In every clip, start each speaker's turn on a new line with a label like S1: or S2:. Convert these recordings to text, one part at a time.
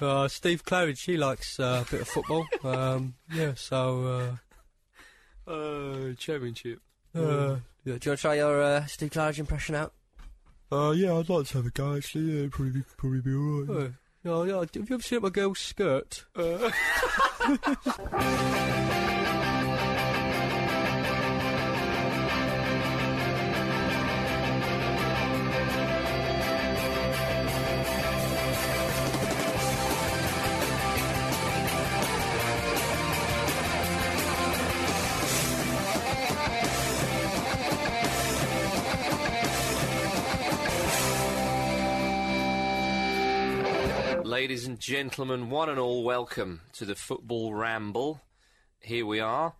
S1: Uh, Steve Claridge, he likes uh, a bit of football. um, yeah, so uh, uh, championship. Uh, yeah,
S2: Do you want to try your uh, Steve Claridge impression out?
S3: Uh, yeah, I'd like to have a go actually. Yeah, it'd probably be, probably be alright.
S1: Oh, yeah, yeah. Have you ever seen my girl's skirt? Uh,
S4: Ladies and gentlemen, one and all, welcome to the Football Ramble. Here we are,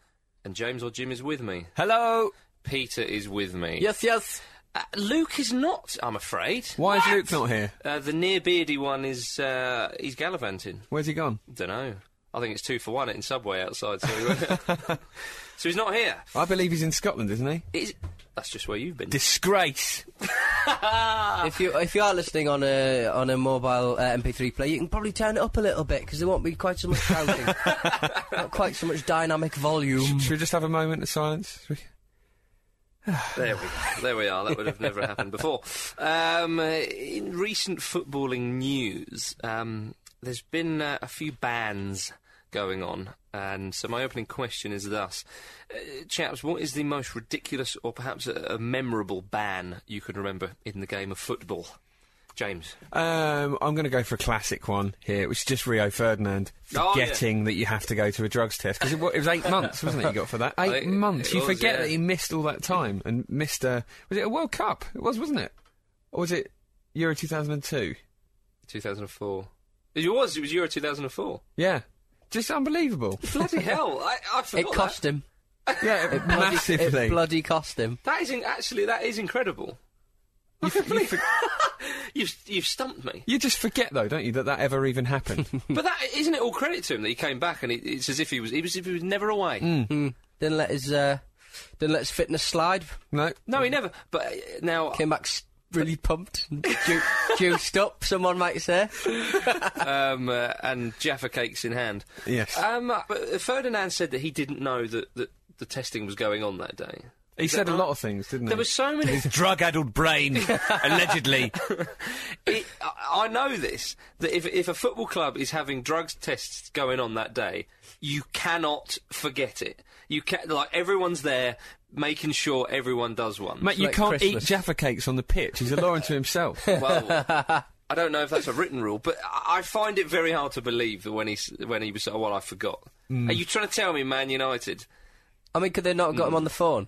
S4: and James or Jim is with me.
S2: Hello.
S4: Peter is with me.
S2: Yes, yes.
S4: Uh, Luke is not, I'm afraid.
S1: Why is Luke not here?
S4: Uh, the near beardy one is uh, he's gallivanting.
S1: Where's he gone?
S4: Don't know. I think it's two for one in Subway outside. So, he won't- so he's not here.
S1: I believe he's in Scotland, isn't he?
S4: Is- that's just where you've been.
S1: Disgrace.
S2: If you if you are listening on a on a mobile uh, MP3 player, you can probably turn it up a little bit because there won't be quite so much shouting, not quite so much dynamic volume.
S1: Should we just have a moment of silence? Should we-
S4: There we go. There we are. That would have never happened before. Um, uh, in recent footballing news, um, there's been uh, a few bans going on. And so my opening question is thus. Uh, chaps, what is the most ridiculous or perhaps a, a memorable ban you can remember in the game of football? James.
S1: Um, I'm going to go for a classic one here, which is just Rio Ferdinand
S4: Oh, yeah.
S1: forgetting that you have to go to a drugs test because it, wa- it was eight months, wasn't it? You got for that eight
S4: it
S1: months. you
S4: was,
S1: forget
S4: yeah.
S1: that he missed all that time and missed a was it a World Cup? It was, wasn't it? Or was it Euro 2002?
S4: 2004. It was. It was Euro 2004.
S1: Yeah, just unbelievable.
S4: Bloody hell. I, I
S2: It
S4: forgot that.
S2: cost him
S1: yeah, it
S2: Bloody-
S1: massively.
S2: It bloody cost him.
S4: That is in- actually, that is incredible.
S1: you, f- you, f-
S4: You've, you've stumped me.
S1: you just forget though, don't you, that that ever even happened?
S4: But that isn't it all credit to him that he came back and it, it's as if he was it was as if he was never away.
S1: Hmm.
S2: Mm. Didn't let his uh, didn't let his fitness slide.
S1: no.
S4: No, he never. But uh, now
S2: Came back s- really pumped, and ju- juiced up. Someone might say.
S4: um, uh, and Jaffa cakes in hand.
S1: Yes.
S4: Um, uh, but Ferdinand said that he didn't know that, that the testing was going on that day.
S1: He said a lot of things, didn't
S4: There
S1: he?
S4: were so many.
S5: drug-addled brain, allegedly.
S4: it, I I know this that if if a football club is having drugs tests going on that day, you cannot forget it. You can like everyone's there making sure everyone does one.
S1: Mate, you
S2: like
S1: can't
S2: Christmas.
S1: eat Jaffa cakes on the pitch. He's a law unto himself.
S4: Well, I don't know if that's a written rule, but I I find it very hard to believe that when he s- when he was oh well, I forgot.
S2: Mm.
S4: Are you trying to tell me Man United
S2: I mean, could they not have got him on the phone?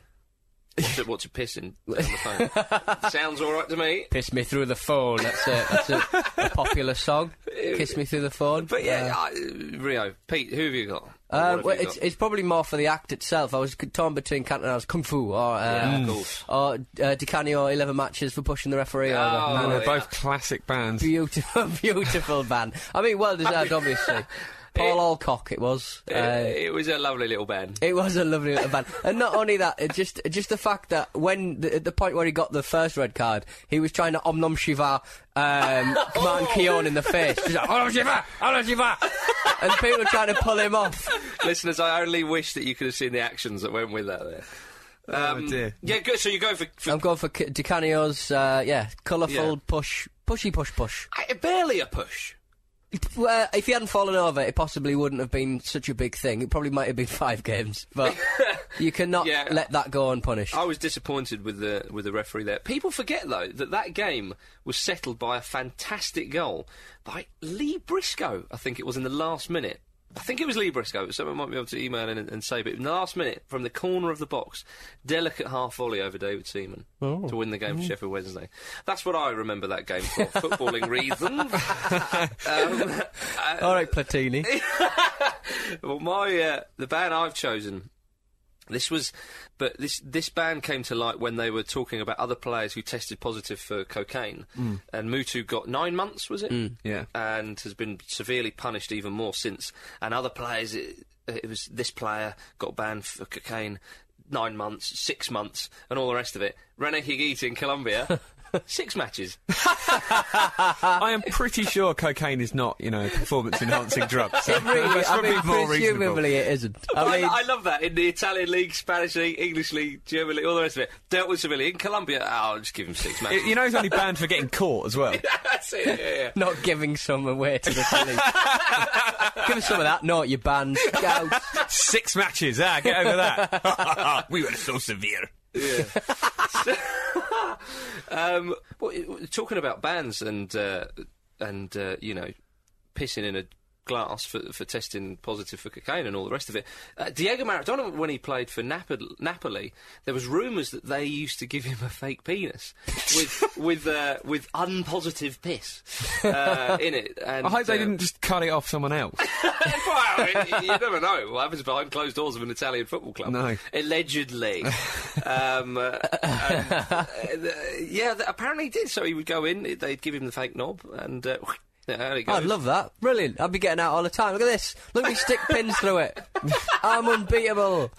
S4: what's a, what's a pissing on the phone? Sounds all right to me.
S2: Piss me through the phone. That's a, that's a, a popular song. Kiss me through the phone.
S4: But yeah, I, Rio, Pete, who have you got? Or what
S2: Um,
S4: have
S2: well,
S4: you
S2: it's,
S4: got?
S2: it's probably more for the act itself. I was c- torn between Cantona's Kung Fu or uh,
S4: Yeah, of course.
S2: or uh, Di Canio 11 matches for pushing the referee
S4: Oh,
S2: over.
S1: And they're
S4: yeah.
S1: both classic bands.
S2: Beautiful, beautiful man. I mean, well deserved, obviously. Paul Alcock, it was. Uh,
S4: it, it was a lovely little band.
S2: It was a lovely little van, and not only that, it just just the fact that when the, at the point where he got the first red card, he was trying to Om Nom Shiva um, Command Keon in the face, Just like, "Om Nom Shiva, Om Nom Shiva," and people were trying to pull him off.
S4: Listeners, I only wish that you could have seen the actions that went with that there.
S6: Oh,
S4: Um,
S2: Oh,
S1: dear.
S4: Yeah, good. So you go for. for
S2: I'm going for K- DiCanio's, uh, yeah, colourful
S4: Yeah.
S2: push, pushy push push.
S4: I- barely a push.
S2: Well, if he hadn't fallen over, it possibly wouldn't have been such a big thing. It probably might have been five games, but you cannot
S4: Yeah.
S2: let that go unpunished.
S4: I was disappointed with the with the referee there. People forget though that that game was settled by a fantastic goal by Lee Briscoe. I think it was in the last minute. I think it was Libresco. Someone might be able to email in and, and say, but in the last minute, from the corner of the box, delicate half volley over David Seaman to win the game for Sheffield Wednesday. That's what I remember that game for, footballing reasons. um, uh,
S2: All right, Platini.
S4: well, my uh, the band I've chosen. This was, but this this band came to light when they were talking about other players who tested positive for cocaine, and Mutu got nine months, was it?
S6: yeah.
S4: and has been severely punished even more since. And other players, it, it was this player got banned for cocaine, nine months, six months, and all the rest of it. Rene Higuita in Colombia, six matches.
S6: I am pretty sure cocaine is not, you know, a performance enhancing drug. So
S2: Really,
S6: that's
S2: I
S6: probably
S2: mean,
S6: more reasonable.
S2: presumably it isn't. I
S4: I,
S2: mean,
S4: I love that in the Italian league, Spanish league, English league, German league, all the rest of it. Dealt with Sevilla in Colombia. Oh, I'll just give him six
S6: You-
S4: matches.
S6: You know, he's only banned for getting caught as well.
S4: That's it. Yeah, yeah.
S2: not giving some away to the police. Give us some of that. No, you banned. Go.
S6: Six matches. Ah, get over that. we were so severe.
S4: Um, well, it- talking about bands and uh, and uh, you know, pissing in a glass for for testing positive for cocaine and all the rest of it. Uh, Diego Maradona, when he played for Napoli, Napoli there was rumours that they used to give him a fake penis with with uh, with unpositive piss uh, in it. And,
S6: I hope
S4: uh,
S6: they didn't just cut it off someone else.
S4: well, I mean, you never know what happens behind closed doors of an Italian football club.
S6: No.
S4: Allegedly. um, uh, and, uh, yeah, th- apparently he did. So he would go in, they'd give him the fake knob, and uh, there he goes.
S2: Oh, I'd love that. Brilliant. I'd be getting out all the time. Look at this. Look at me stick pins through it. I'm unbeatable.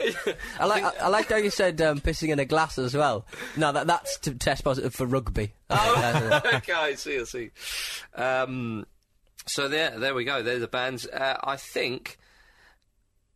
S2: I like. I, I liked how you said um, pissing in a glass as well. No, that that's to test positive for rugby. Uh,
S4: Oh, okay, I see, I see. Um, so there, there we go. There's the bands. Uh, I think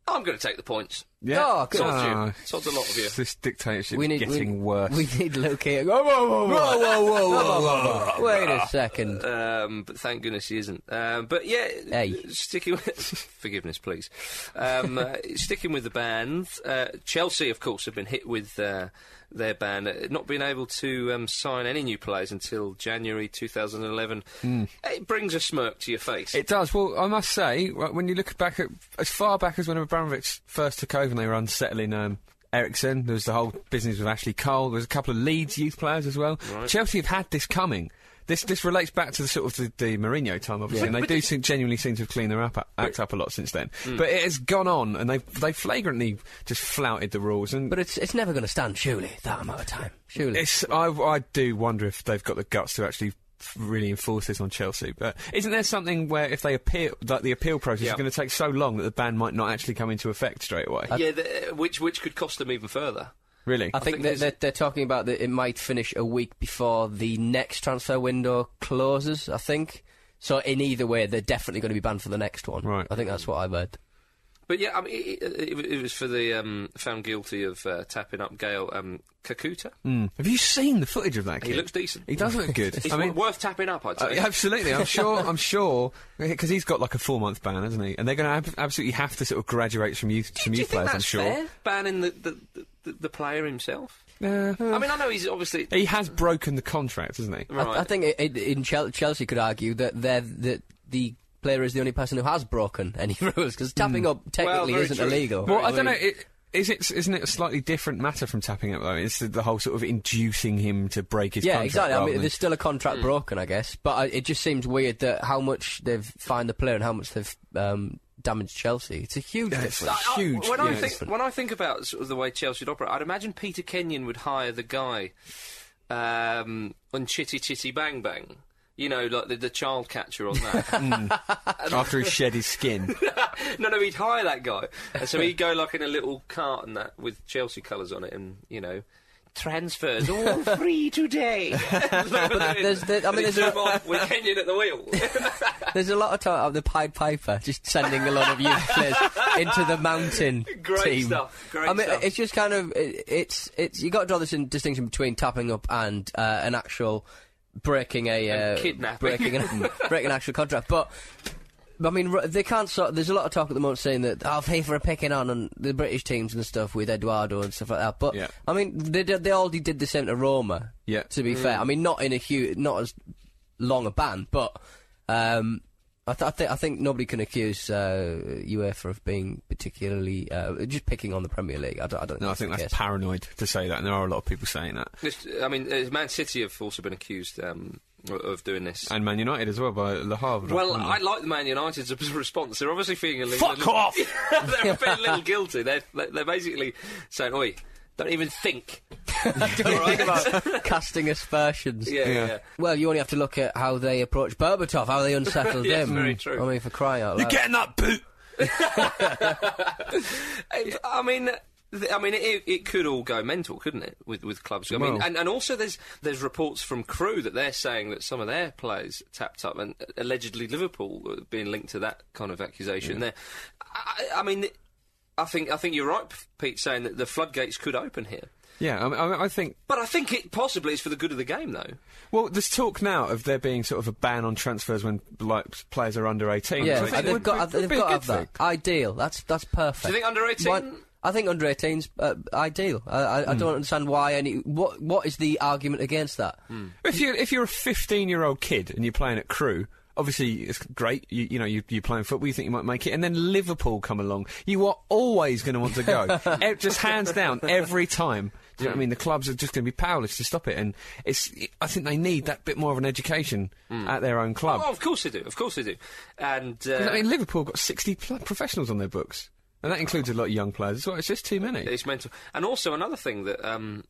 S4: I'm going to take the points.
S6: Yeah.
S2: Oh, good.
S4: Sods you.
S6: Ah,
S4: Sods a lot of you.
S6: This dictatorship is getting worse.
S2: We need Luke here. Whoa, whoa, whoa, whoa, whoa, whoa, whoa, whoa. Wait a second.
S4: Um, but thank goodness he isn't. Um, but yeah,
S2: Hey.
S4: sticking with forgiveness, please. Um, uh, sticking with the band, uh, Chelsea, of course, have been hit with uh, their ban, uh, not being able to um, sign any new players until January 2011. It brings a smirk to your face.
S6: Hmm. It does. Well, I must say, wh- when you look back at as far back as when Abramovich first took over and they were unsettling um, Ericsson, there was the whole business with Ashley Cole. There was a couple of Leeds youth players as well. Chelsea have had this coming. This this relates back to the sort of the, the Mourinho time, obviously, and they do seem, genuinely seem to have cleaned their up, act up a lot since then. But it has gone on, and they they flagrantly just flouted the rules. And
S2: But it's it's never going to stand, surely, that amount of time. Surely.
S6: it's I, I do wonder if they've got the guts to actually f- really enforce this on Chelsea. But isn't there something where if they appeal, like the appeal process
S4: Yeah.
S6: is going to take so long that the ban might not actually come into effect straight away?
S4: yeah, the, uh, which which could cost them even further.
S6: really?
S2: I think,
S4: think
S2: that
S4: there's-
S2: they're, they're talking about that it might finish a week before the next transfer window closes, I think. So, in either way, they're definitely going to be banned for the next one.
S6: Right.
S2: I think that's what I've heard.
S4: But yeah, I mean, it, it, it, it was for the um, found guilty of uh, tapping up Gail um, Kakuta.
S6: Hmm. Have you seen the footage of that? Kid?
S4: He looks decent.
S6: He does look good.
S4: It's
S6: I mean.
S4: worth tapping up, I'd
S6: uh,
S4: say.
S6: absolutely, I'm sure. I'm sure because he's got like a four month ban, hasn't he? And they're going to ab- absolutely have to sort of graduate from youth from
S4: Do you
S6: youth
S4: think
S6: players.
S4: that's
S6: I'm sure.
S4: fair? Banning the the, the- the, the player himself.
S6: Uh,
S4: I mean, I know he's obviously
S6: he has broken the contract, hasn't he?
S4: right.
S2: I, I think it, it, in Chel- Chelsea could argue that they're that the player is the only person who has broken any rules because tapping
S6: Hmm.
S2: up technically
S4: very
S2: isn't
S4: true.
S2: illegal.
S6: Well, I don't know. It, is it isn't it a slightly different matter from tapping up though? It's the, the whole sort of inducing him to break his
S2: yeah,
S6: contract
S2: exactly. I
S6: rather
S2: mean,
S6: than- Hmm.
S2: there's still a contract broken, I guess, but I, it just seems weird that how much they've fined the player and how much they've um, damaged Chelsea. It's a huge
S6: it's
S2: difference.
S4: I-
S6: huge.
S4: when I
S6: yeah.
S4: think when I think about sort of the way Chelsea operate, I'd imagine Peter Kenyon would hire the guy um, on Chitty Chitty Bang Bang. You know, like the, the child catcher on that.
S6: after he shed his skin.
S4: no, no, he'd hire that guy, and so he'd go like in a little cart and that with Chelsea colours on it, and you know. Transfers all free today.
S2: There's- there- I mean, there's
S4: Zoom
S2: a-
S4: off with Kenyon at the wheel.
S2: There's a lot of talk of the Pied Piper just sending a lot of youth players into the mountain
S4: Great
S2: team.
S4: stuff, great
S2: I mean,
S4: stuff.
S2: it's just kind of it, it's it's you got to draw this in, distinction between tapping up and uh, an actual breaking a
S4: And
S2: uh,
S4: kidnapping.
S2: breaking an, breaking an actual contract, but. I mean, r- they can't sort. There's a lot of talk at the moment saying that oh, FIFA are picking on and the British teams and stuff with Eduardo and stuff like that. But
S6: Yeah.
S2: I mean, they did- they already did the same to Roma.
S6: Yeah.
S4: Mm.
S2: To be fair, I mean, not in a huge, not as long a ban, but um, I I, th- I, th- I think nobody can accuse uh, UEFA of being particularly uh, just picking on the Premier League. I don't. I don't
S6: No, I
S2: that's
S6: think
S2: the
S6: that's
S2: case.
S6: paranoid to say that, and there are a lot of people saying that.
S4: Just, I mean, uh, Man City have also been accused um, o- of doing this.
S6: And Man United as well by Le Havre.
S4: well,
S6: haven't
S4: I
S6: they?
S4: like the Man United's response. They're obviously feeling a little.
S5: Fuck off!
S4: they're feeling a little guilty. They're, they're basically saying, "Oi, don't even think." All right?
S2: casting aspersions.
S4: yeah, yeah. yeah.
S2: Well, you only have to look at how they approached Berbatov, how they unsettled
S4: Yes,
S2: him.
S4: very true.
S2: I mean, for crying out
S5: You're
S2: loud.
S5: getting that boot.
S4: I- I mean. th- I mean, it, it could all go mental, couldn't it, with with clubs? I mean,
S6: Well-
S4: and, and also there's there's reports from Crew that they're saying that some of their players tapped up, and uh, allegedly Liverpool uh, being linked to that kind of accusation. There, I, I mean, I think I think you're right, P- Pete, saying that the floodgates could open here.
S6: yeah, I, mean, I, I think.
S4: But I think it possibly is for the good of the game, though.
S6: Well, there's talk now of there being sort of a ban on transfers when like players are under 18.
S2: Yeah,
S6: which I think
S2: and they've
S6: would
S2: got,
S6: be-
S2: they've
S6: be a
S2: got to
S6: good
S2: have that.
S6: thing.
S2: Ideal. That's that's perfect.
S4: Do you think under 18?
S2: Why- I think under 18's uh, ideal. I, I,
S4: Hmm.
S2: I don't understand why any. What what is the argument against that?
S4: Hmm.
S6: If you if you're a 15 year old kid and you're playing at Crew, obviously it's great. You, you know you, you're playing football. You think you might make it, and then Liverpool come along. You are always going to want to go. Eh, just hands down every time. Do you know what I mean? The clubs are just going to be powerless to stop it, and it's. I think they need that bit more of an education at their own club.
S4: Oh, of course they do. Of course they do. And uh,
S6: 'Cause, Um, I mean, Liverpool got 60 pl- professionals on their books, and that includes a lot of young players as well. It's just too many.
S4: it's mental. And also another thing that um,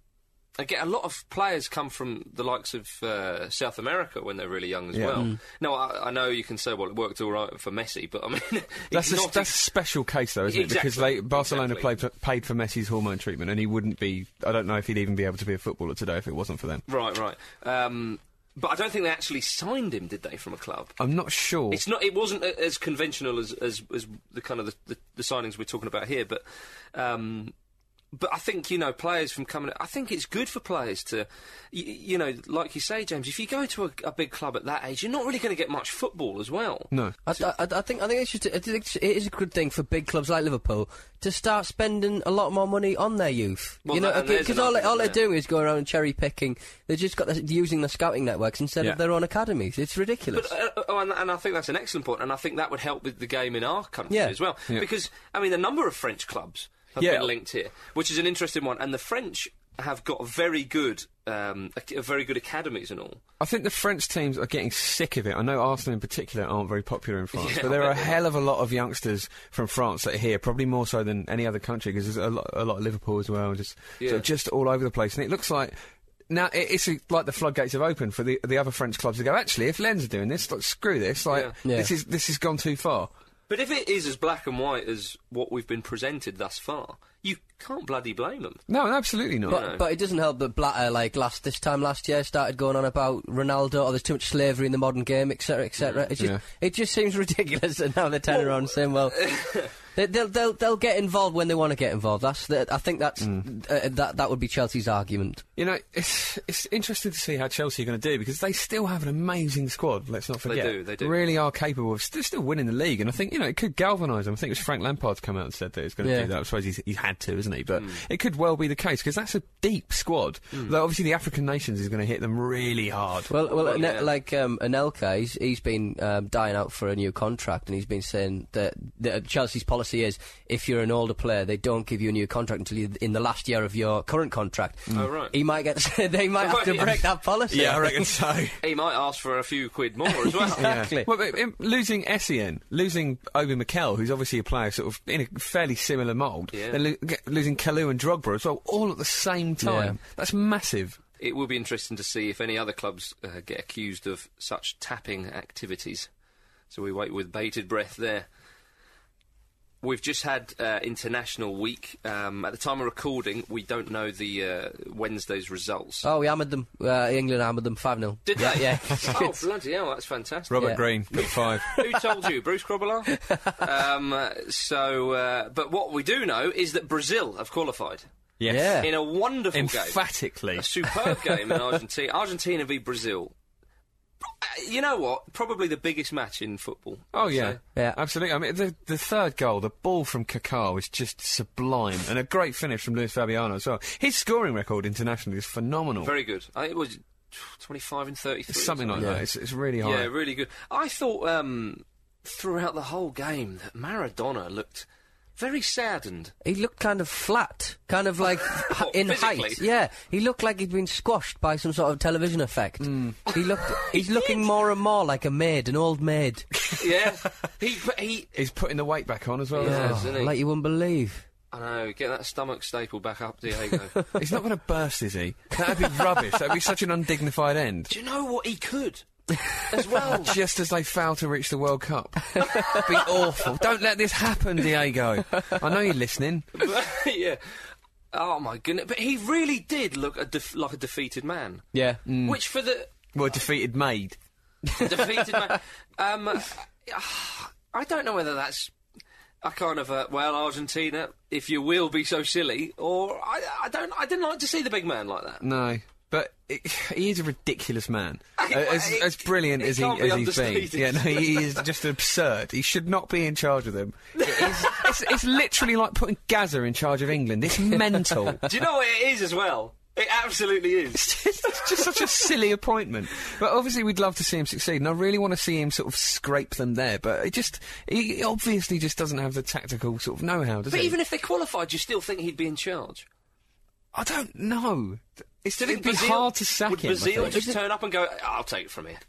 S4: again, a lot of players come from the likes of uh, South America when they're really young as well.
S6: Mm.
S4: Now I, I know you can say, well, it worked all right for Messi, but I mean, it's
S6: That's a,
S4: not
S6: that's a special case, though, isn't it? Because
S4: Exactly,
S6: they, Barcelona
S4: exactly.
S6: played for, paid for Messi's hormone treatment, and he wouldn't be. I don't know if he'd even be able to be a footballer today if it wasn't for them.
S4: right, right. Um, but I don't think they actually signed him, did they, from a club?
S6: I'm not sure.
S4: It's not. It wasn't a- as conventional as as, as the kind of the, the, the signings we're talking about here, but. Um, but I think you know players from coming. I think it's good for players to, you, you know, like you say, James. If you go to a, a big club at that age, you're not really going to get much football as well.
S6: no.
S2: I, I, I I think I think it's just I think it's- it is a good thing for big clubs like Liverpool to start spending a lot more money on their youth.
S4: Well,
S2: you know,
S4: that- and there's
S2: because
S4: an
S2: all, they- all they
S4: argument, yeah.
S2: do is go around cherry picking. They've just got the, using the scouting networks instead
S6: Yeah.
S2: of their own academies. It's ridiculous.
S4: But, uh, oh, and, and I think that's an excellent point, and I think that would help with the game in our country
S2: Yeah.
S4: as well.
S6: Yeah.
S4: Because, I mean, a number of French clubs have
S6: Yeah.
S4: been linked here, which is an interesting one, and the French have got very good, um, ac- very good academies and all.
S6: I think the French teams are getting sick of it. I know Arsenal in particular aren't very popular in France,
S4: Yeah,
S6: but there
S4: I
S6: are a
S4: bet they
S6: hell of a lot of youngsters from France that are here, probably more so than any other country, because there's a lot, a lot of Liverpool as well, just
S4: Yeah.
S6: so just all over the place. And it looks like now it, it's uh, like the floodgates have opened for the the other French clubs to go. Actually, if Lens are doing this, like, screw this. Like
S4: Yeah.
S2: Yeah.
S6: this is this has gone too far.
S4: But if it is as black and white as what we've been presented thus far, you can't bloody blame them.
S6: No, absolutely not.
S2: But, but it doesn't help that Blatter, like last this time last year, started going on about Ronaldo. Or there's too much slavery in the modern game, etc., etc. It just
S6: Yeah.
S2: it just seems ridiculous that now they're turning around and saying, "Well, they, they'll they'll they'll get involved when they want to get involved." That's the, I think that's uh, that that would be Chelsea's argument.
S6: You know, it's it's interesting to see how Chelsea are going to do because they still have an amazing squad. Let's not forget,
S4: do, they do.
S6: Really are capable of st- still winning the league, and I think you know it could galvanise them. I think it was Frank Lampard's come out and said that he's going to
S2: Yeah.
S6: do that. I suppose he's, he's had to, isn't he? But it could well be the case because that's a deep squad. Though obviously the African nations is going to hit them really hard.
S2: Well, well,
S4: Well,
S2: Ane-
S4: yeah.
S2: like um, Anelka, he's he's been um, dying out for a new contract, and he's been saying that, that Chelsea's policy is if you're an older player, they don't give you a new contract until you in the last year of your current contract.
S4: Oh, right.
S2: He might get. they might have to
S4: Right.
S2: break that policy.
S6: yeah, I reckon so.
S4: He might ask for a few quid more as well.
S2: Exactly.
S6: Well, but, um, losing Essien, losing Obi Mikel, who's obviously a player sort of in a fairly similar mould,
S4: Yeah.
S6: then lo- get- losing Kalu and Drogba as well, all at the same time. That's massive.
S4: It will be interesting to see if any other clubs uh, get accused of such tapping activities. So we wait with bated breath there. We've just had uh, International Week. Um, at the time of recording, we don't know the uh, Wednesday's results.
S2: Oh, we hammered them. Uh, England hammered them 5 0.
S4: Did
S2: yeah,
S4: they?
S2: Yeah.
S4: oh, bloody hell, that's fantastic.
S6: Robert
S2: Yeah.
S6: Green got five.
S4: Who told you? Bruce Grobbelaar? um, uh, so, uh, but what we do know is that Brazil have qualified
S6: Yes.
S2: Yeah.
S4: in a wonderful game.
S6: Emphatically.
S4: A superb game in Argentina. Argentina v Brazil. Uh, You know what? Probably the biggest match in football.
S6: Oh
S4: I'd
S6: yeah,
S4: say.
S2: Yeah.
S6: absolutely. I mean, the the third goal, the ball from Kaká was just sublime, and a great finish from Luis Fabiano as well. His scoring record internationally is phenomenal.
S4: Very good. I think it was 25 and 33. or
S6: Something like that. It's, it's really high.
S4: Yeah, really good. I thought um, throughout the whole game that Maradona looked very saddened.
S2: He looked kind of flat, kind of like
S4: What,
S2: in
S4: physically?
S2: height. Yeah, he looked like he'd been squashed by some sort of television effect.
S4: Mm.
S2: He looked. He's looking more and more like a maid, an old maid.
S4: Yeah, he but he.
S6: He's putting the weight back on as well.
S4: Yeah.
S6: isn't
S4: isn't he?
S2: Oh, like you wouldn't believe.
S4: I know. Get that stomach staple back up, Diego.
S6: he? He's not going to burst, is he? That'd be rubbish. That'd be such an undignified end.
S4: Do you know what he could as well?
S6: Just as they fail to reach the World Cup. be awful. Don't let this happen, Diego. I know you're listening.
S4: yeah. Oh my goodness! But he really did look a def- like a defeated man.
S2: Yeah.
S4: Which for the
S6: Mm. Well, defeated maid.
S4: defeated man, um, ah, I don't know whether that's a kind of a well Argentina, if you will be so silly, or I, I don't. I didn't like to see the big man like that.
S6: No. But it, he is a ridiculous man.
S4: I-
S6: Uh, as,
S4: I-
S6: as brilliant
S4: it
S6: as, he,
S4: can't be
S6: as he's been.
S4: understated.
S6: Yeah, no, he is just absurd. He should not be in charge of them. It is, it's, it's literally like putting Gaza in charge of England. It's mental.
S4: Do you know what it is as well? It absolutely is.
S6: it's just such a silly appointment. But obviously, we'd love to see him succeed, and I really want to see him sort of scrape them there. But it just, he he obviously just doesn't have the tactical sort of know-how, does
S4: But
S6: he?
S4: even if they qualified, you still think he'd be in charge.
S6: I don't know. It's,
S4: Do you
S6: it'd
S4: think
S6: be
S4: Brazil-
S6: hard to sack
S4: Would
S6: him. I
S4: Brazil
S6: think.
S4: just turn up and go, "I'll take it from here"?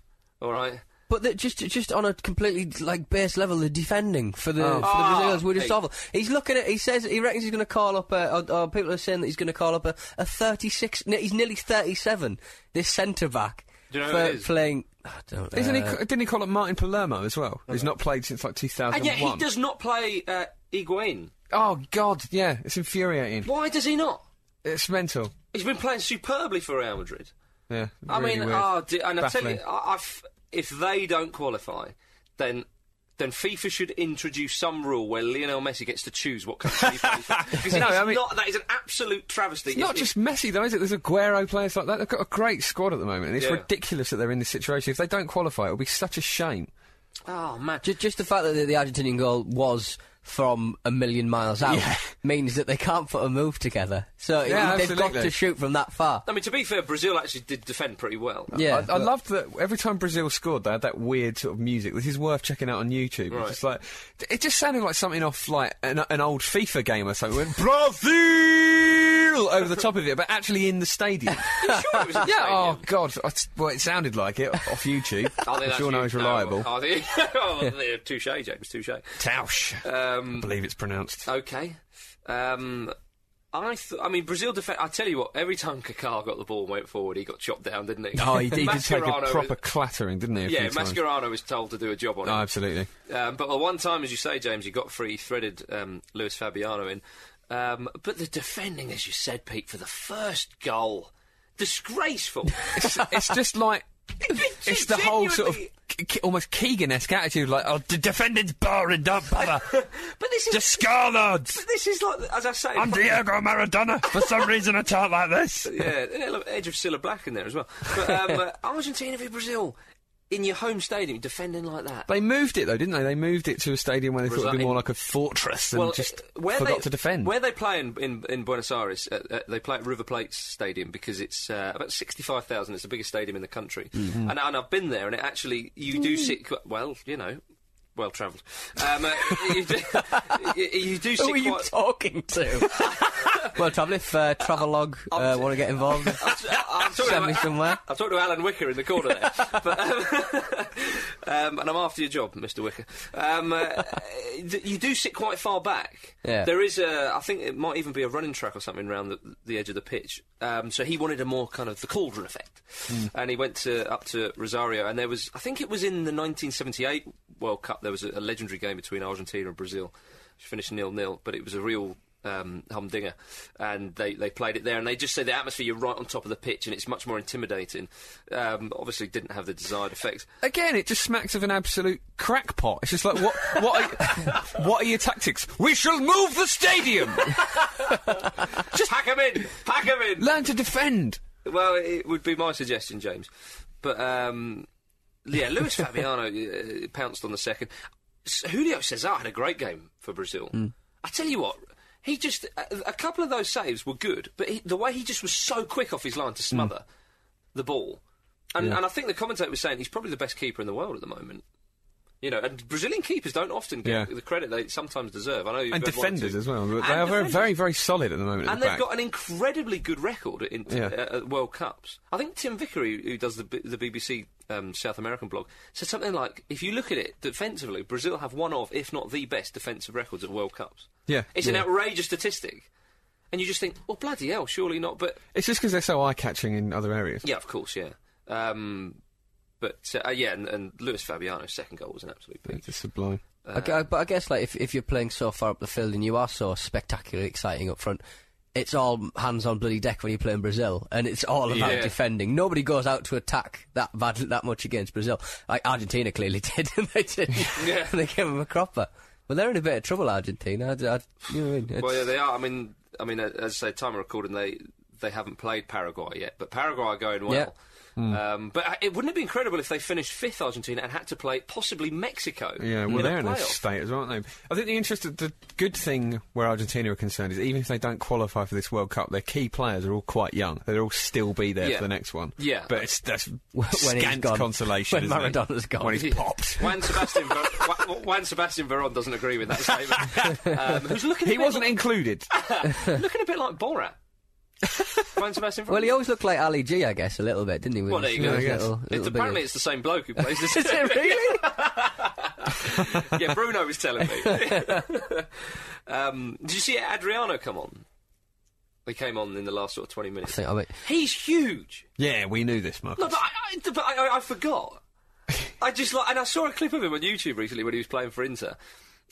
S4: All right.
S2: But the, just just on a completely like base level, the defending for the, for the
S4: Ah,
S2: Brazilians were just
S4: hey.
S2: awful. He's looking at. He says he reckons he's going to call up. A, or, or people are saying that he's going to call up a, a 36. No, he's nearly 37. This centre back.
S4: Do you know
S2: for
S4: who it is?
S2: playing? I don't know.
S6: Isn't he? ca- Didn't he call up Martin Palermo as well? He's not played since like 2001.
S4: Uh, And yet he does not play uh, Higuain.
S6: Oh God, yeah, it's infuriating.
S4: Why does he not?
S6: It's mental.
S4: He's been playing superbly for Real Madrid.
S6: Yeah.
S4: I
S6: really
S4: mean,
S6: weird.
S4: oh, d- and I tell
S6: Baffling.
S4: you, I, I f- if they don't qualify, then then FIFA should introduce some rule where Lionel Messi gets to choose what country he plays for. Because
S6: No,
S4: it's
S6: I mean-
S4: not that is an absolute travesty.
S6: It's not
S4: It-
S6: just Messi though, is it? There's Aguero players like that. They've got a great squad at the moment, and it's
S4: Yeah.
S6: ridiculous that they're in this situation. If they don't qualify, it'll be such a shame.
S4: oh man.
S2: Just, just the fact that the, the Argentinian goal was from a million miles out means that they can't put a move together. So
S6: Yeah,
S2: it- they've got
S6: absolutely.
S2: to shoot from that far.
S4: I mean, to be fair, Brazil actually did defend pretty well.
S2: Yeah,
S6: I, I
S2: but-
S6: loved that every time Brazil scored, they had that weird sort of music. This is worth checking out on YouTube. It's
S4: Right.
S6: just like it just sounded like something off like an, an old FIFA game or something. It went, Brazil over the top of it, but actually in the stadium.
S4: You sure it was in
S6: yeah.
S4: Spain?
S6: Oh God. I t- well, it sounded like it off YouTube.
S4: I think
S6: I'm
S4: that's
S6: sure
S4: you-
S6: now it's reliable.
S4: No, I think, oh, yeah, touche, James, touche.
S6: Tausch. I
S4: Um,
S6: believe it's pronounced.
S4: okay. Um, I, th- I mean, Brazil defend. I tell you what, every time Kaká got the ball and went forward, he got chopped down, didn't he?
S6: Oh, he did, he did take a
S4: Mascherano was-
S6: proper clattering, didn't he? a
S4: Yeah,
S6: few times?
S4: Mascherano was told to do a job on
S6: Oh,
S4: him.
S6: absolutely.
S4: Um, but the one time, as you say, James, he got free, threaded um, Luis Fabiano in. Um, but the defending, as you said, Pete, for the first goal, disgraceful.
S6: It's, it's just like it's the whole sort of k- k- almost Keegan-esque attitude, like oh, the defenders boring, don't bother.
S4: But this is
S5: Just score, lads!
S4: but this is like, as I say,
S5: I'm Diego Maradona. For some reason, I talk like this.
S4: yeah, look, edge of Silla Black in there as well. But um, uh, Argentina v Brazil in your home stadium, defending like that.
S6: They moved it though, didn't they? They moved it to a stadium where they thought it'd be
S4: Resigning.
S6: more like a fortress and just
S4: uh, where
S6: forgot
S4: they,
S6: to defend.
S4: Where they play in, in, in Buenos Aires, uh, uh, they play at River Plate Stadium because it's uh, about 65,000. It's the biggest stadium in the country. And, and I've been there, and it actually, you do sit, qu- well, you know, well travelled. Um, uh, you, do, you, you do sit
S2: Who are you
S4: quite.
S2: talking to? well, Travel, if uh, Travelog uh, want to get involved,
S4: I'm talking
S2: send me
S4: about-
S2: somewhere.
S4: I've talked to Alan Wicker in the corner there, but, um, um, and I'm after your job, Mr. Wicker. Um, uh, d- you do sit quite far back.
S2: Yeah.
S4: There is a, I think it might even be a running track or something around the, the edge of the pitch. Um, so he wanted a more kind of the cauldron effect, and he went to up to Rosario, and there was, I think it was in the 1978 World Cup, there was a, a legendary game between Argentina and Brazil, which finished nil nil, but it was a real um, Humdinger, and they, they played it there, and they just say the atmosphere you're right on top of the pitch, and it's much more intimidating. Um, obviously, didn't have the desired effect.
S6: Again, it just smacks of an absolute crackpot. It's just like what what are, what are your tactics? We shall move the stadium.
S4: Just pack 'em in, pack 'em in.
S6: Learn to defend.
S4: Well, it would be my suggestion, James, but um, yeah, Luis Fabiano uh, pounced on the second. S- Julio Cesar had a great game for Brazil.
S6: Hmm.
S4: I tell you what. He just a, a couple of those saves were good, but he, the way he just was so quick off his line
S6: Hmm.
S4: to smother the ball, and, and I think the commentator was saying he's probably the best keeper in the world at the moment. You know, and Brazilian keepers don't often get
S6: Yeah.
S4: the credit they sometimes deserve. I know you've
S6: and
S4: had one or
S6: defenders
S4: two-
S6: as well. But
S4: And
S6: they are very,
S4: defenders.
S6: very, very solid at the moment. at
S4: And
S6: the
S4: they've
S6: back.
S4: got an incredibly good record in
S6: Yeah.
S4: uh, at World Cups. I think Tim Vickery, who does the B- the BBC um, South American blog, said something like, "If you look at it defensively, Brazil have one of, if not the best, defensive records at World Cups."
S6: Yeah,
S4: it's an
S6: yeah.
S4: outrageous statistic, and you just think, "Well, bloody hell, surely not." But
S6: It's just because they're so eye-catching in other areas.
S4: yeah, of course, yeah. Um, but uh, yeah, and, and Luis Fabiano's second goal was an absolute
S6: They're
S4: peach.
S6: just sublime.
S2: I gu- but I guess like if if you're playing so far up the field and you are so spectacularly exciting up front, it's all hands on bloody deck when you're playing Brazil, and it's all about
S4: Yeah.
S2: defending. Nobody goes out to attack that bad that much against Brazil. Like Argentina clearly did, and they did.
S4: Yeah.
S2: and they gave them a cropper. But they're in a bit of trouble, Argentina. I, I, you know what I mean? It's-
S4: Well, yeah, they are. I mean, I mean, uh, as I say, time of recording, they they haven't played Paraguay yet, but Paraguay are going well.
S2: Yeah. Hmm.
S4: Um, but uh, it wouldn't it be incredible if they finished fifth, Argentina, and had to play possibly Mexico?
S6: Yeah,
S4: in
S6: well,
S4: a
S6: they're in a
S4: playoff?
S6: state as well, aren't they? I think the interest, the good thing where Argentina are concerned is even if they don't qualify for this World Cup, their key players are all quite young. They'll all still be there
S4: Yeah.
S6: for the next one.
S4: Yeah.
S6: but it's that's
S2: When he's
S6: scant
S2: gone.
S6: consolation.
S2: When
S6: isn't it?
S2: Maradona's gone.
S6: when he's popped.
S4: Juan Sebastian, Ver- Juan- Juan Sebastian Veron doesn't agree with that statement. um, who's looking? A
S6: He
S4: bit
S6: wasn't included.
S4: like, looking a bit like Borat. Juan Sebastian Veron.
S2: well, he always looked like Ali G, I guess, a little bit, didn't he? with
S4: Well, there
S2: his-
S4: you go.
S2: with his
S6: yes.
S2: little-
S4: It's,
S2: little bit
S4: apparently,
S2: of-
S4: it's the same bloke who plays this.
S2: Is it really?
S4: yeah, Bruno was telling me. um, did you see Adriano come on? He came on in the last sort of 20
S2: I
S4: minutes.
S2: think oh, I mean,
S4: He's huge.
S6: yeah, we knew this, Mark.
S4: No, but I, I, but I, I- I forgot. I just like, and I saw a clip of him on YouTube recently when he was playing for Inter.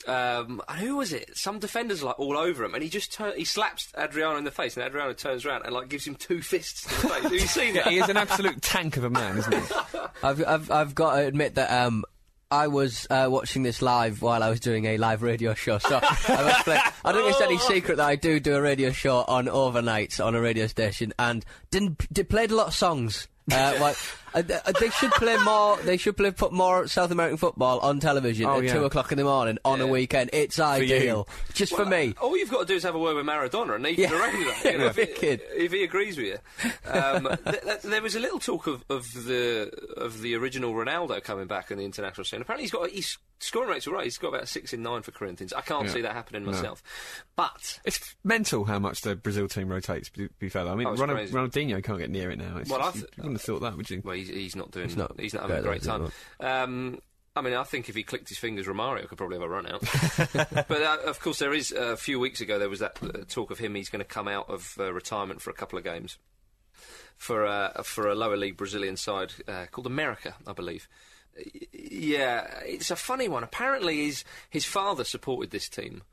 S4: Um, and who was it? Some defenders are, like all over him, and he just turn, he slaps Adriano in the face, and Adriano turns around and like gives him two fists to the face. Have you seen that?
S6: he is an absolute tank of a man, isn't he?
S2: I've, I've, I've got to admit that um, I was uh, watching this live while I was doing a live radio show. So I've explained, I don't think it's any secret that I do do a radio show on overnights on a radio station, and didn't did, played a lot of songs. Uh, like, uh, th- uh, they should play more. They should play put more South American football on television
S6: Oh,
S2: at
S6: yeah.
S2: two o'clock in the morning on a
S4: Yeah.
S2: weekend. It's ideal, just for me.
S4: All you've got to do is have a word with Maradona, and he can
S2: Yeah.
S4: arrange that. You know, if, he,
S2: Wicked.
S4: if he agrees with you, um, th- th- there was a little talk of, of the of the original Ronaldo coming back in the international scene. Apparently, he's got he's scoring rates all right. He's got about six in nine for Corinthians. I can't see that happening myself, but.
S6: It's mental how much the Brazil team rotates. To be fair, though. I mean,
S4: Oh, it's
S6: Ronald,
S4: crazy.
S6: Ronaldinho can't get near it now. It's
S4: Well,
S6: just-
S4: I
S6: you
S4: th-
S6: wouldn't have thought that, would you?
S4: Well, he's, he's not doing. He's
S2: not
S4: not, having a
S2: great,
S4: great
S2: is he?
S4: time. Um, I mean, I think if he clicked his fingers, Romario could probably have a run out. but uh, of course, there is. Uh, a few weeks ago, there was that uh, talk of him. He's going to come out of uh, retirement for a couple of games for uh, for a lower league Brazilian side uh, called America, I believe. Y- Yeah, it's a funny one. Apparently, his his father supported this team.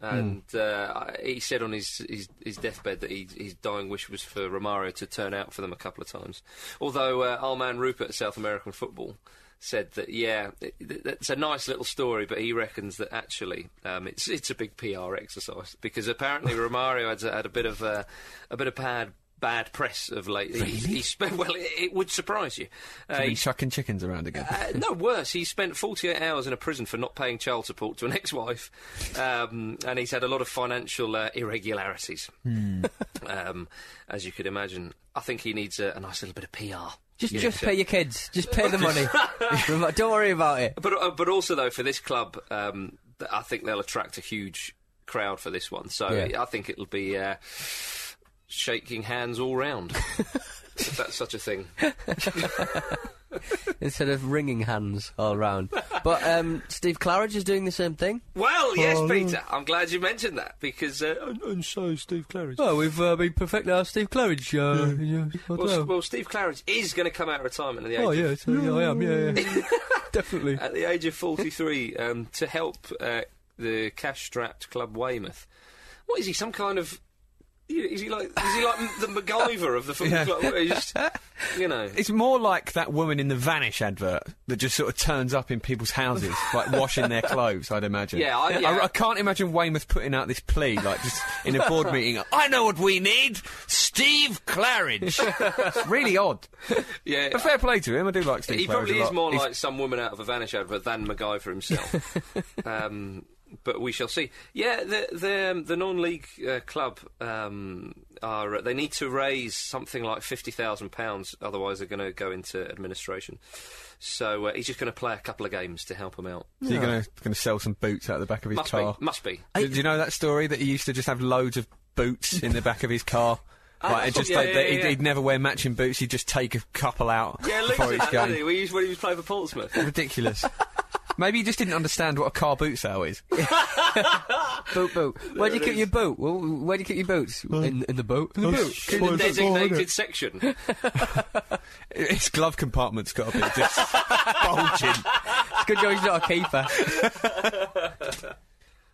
S4: And uh, I- he said on his, his, his deathbed that he, his dying wish was for Romario to turn out for them a couple of times. Although uh, our man Rupert at South American Football said that, yeah, it, it- it's a nice little story, but he reckons that actually um, it's it's a big PR exercise because apparently Romario had, had a bit of uh, a bit of bad bad press of late. He- He, spent well, it, it would surprise you. Uh,
S6: Been
S4: he
S6: chucking chickens around again.
S4: uh, no, worse. He spent 48 hours in a prison for not paying child support to an ex-wife, um, and he's had a lot of financial uh, irregularities, um, as you could imagine. I think he needs a, a nice little bit of PR.
S2: Just,
S4: Yeah.
S2: just pay your kids. Just pay the money. don't worry about it.
S4: But uh, but also though for this club, um, th- I think they'll attract a huge crowd for this one. So
S2: Yeah.
S4: I think it'll be uh, shaking hands all round. if that's such a thing.
S2: instead of wringing hands all round. But um, Steve Claridge is doing the same thing.
S4: Well, uh, yes, Peter. I'm glad you mentioned that because uh,
S3: And, and so Steve Claridge.
S1: Oh, we've uh, been perfecting our Steve Claridge. Uh, yeah.
S4: well, S- well, Steve Claridge is going to come out of retirement at the age
S1: Oh
S4: of
S1: yeah, so, yeah, I am. Yeah, yeah. definitely.
S4: at the age of 43 um, to help uh, the cash-strapped club Weymouth. What is he? Some kind of is he like is he like the MacGyver of the football club? where he just, you know,
S6: It's more like that woman in the Vanish advert that just sort of turns up in people's houses, like washing their clothes, I'd imagine.
S4: Yeah, I- yeah.
S6: I, can't imagine Weymouth putting out this plea, like just in a board meeting. I know what we need Steve Claridge. It's really odd.
S4: yeah.
S6: But fair play to him, I do like Steve
S4: He
S6: Claridge.
S4: probably
S6: a
S4: is
S6: lot.
S4: more
S6: He's-
S4: like some woman out of a Vanish advert than MacGyver himself. um, but we shall see. Yeah, the the, um, the non-league uh, club um, are they need to raise something like fifty thousand pounds, otherwise they're going to go into administration. So uh, he's just going to play a couple of games to help him out.
S6: So you're gonna gonna sell some boots out the back of his
S4: Must be,
S6: car.
S4: must be.
S6: Do, do you know that story that he used to just have loads of boots in the back of his car? Like, it just
S4: yeah,
S6: like,
S4: Ah, yeah,
S6: he'd,
S4: yeah.
S6: he'd never wear matching boots. He'd just take a couple out
S4: Yeah, Luke's
S6: before
S4: in
S6: each
S4: that, didn't
S6: game.
S4: he? We used when he was playing for Portsmouth.
S6: Ridiculous. Maybe he just didn't understand what a car boot sale is.
S2: Boot, boot. Where do you
S4: There it
S2: keep your boot? Well, where do you keep your boots? In, in the boot. In the
S3: That's
S2: boot.
S4: In the
S3: fine, that's all, innit?
S4: designated section.
S6: His glove compartment's got a bit just bulging.
S2: It's good job he's not a keeper.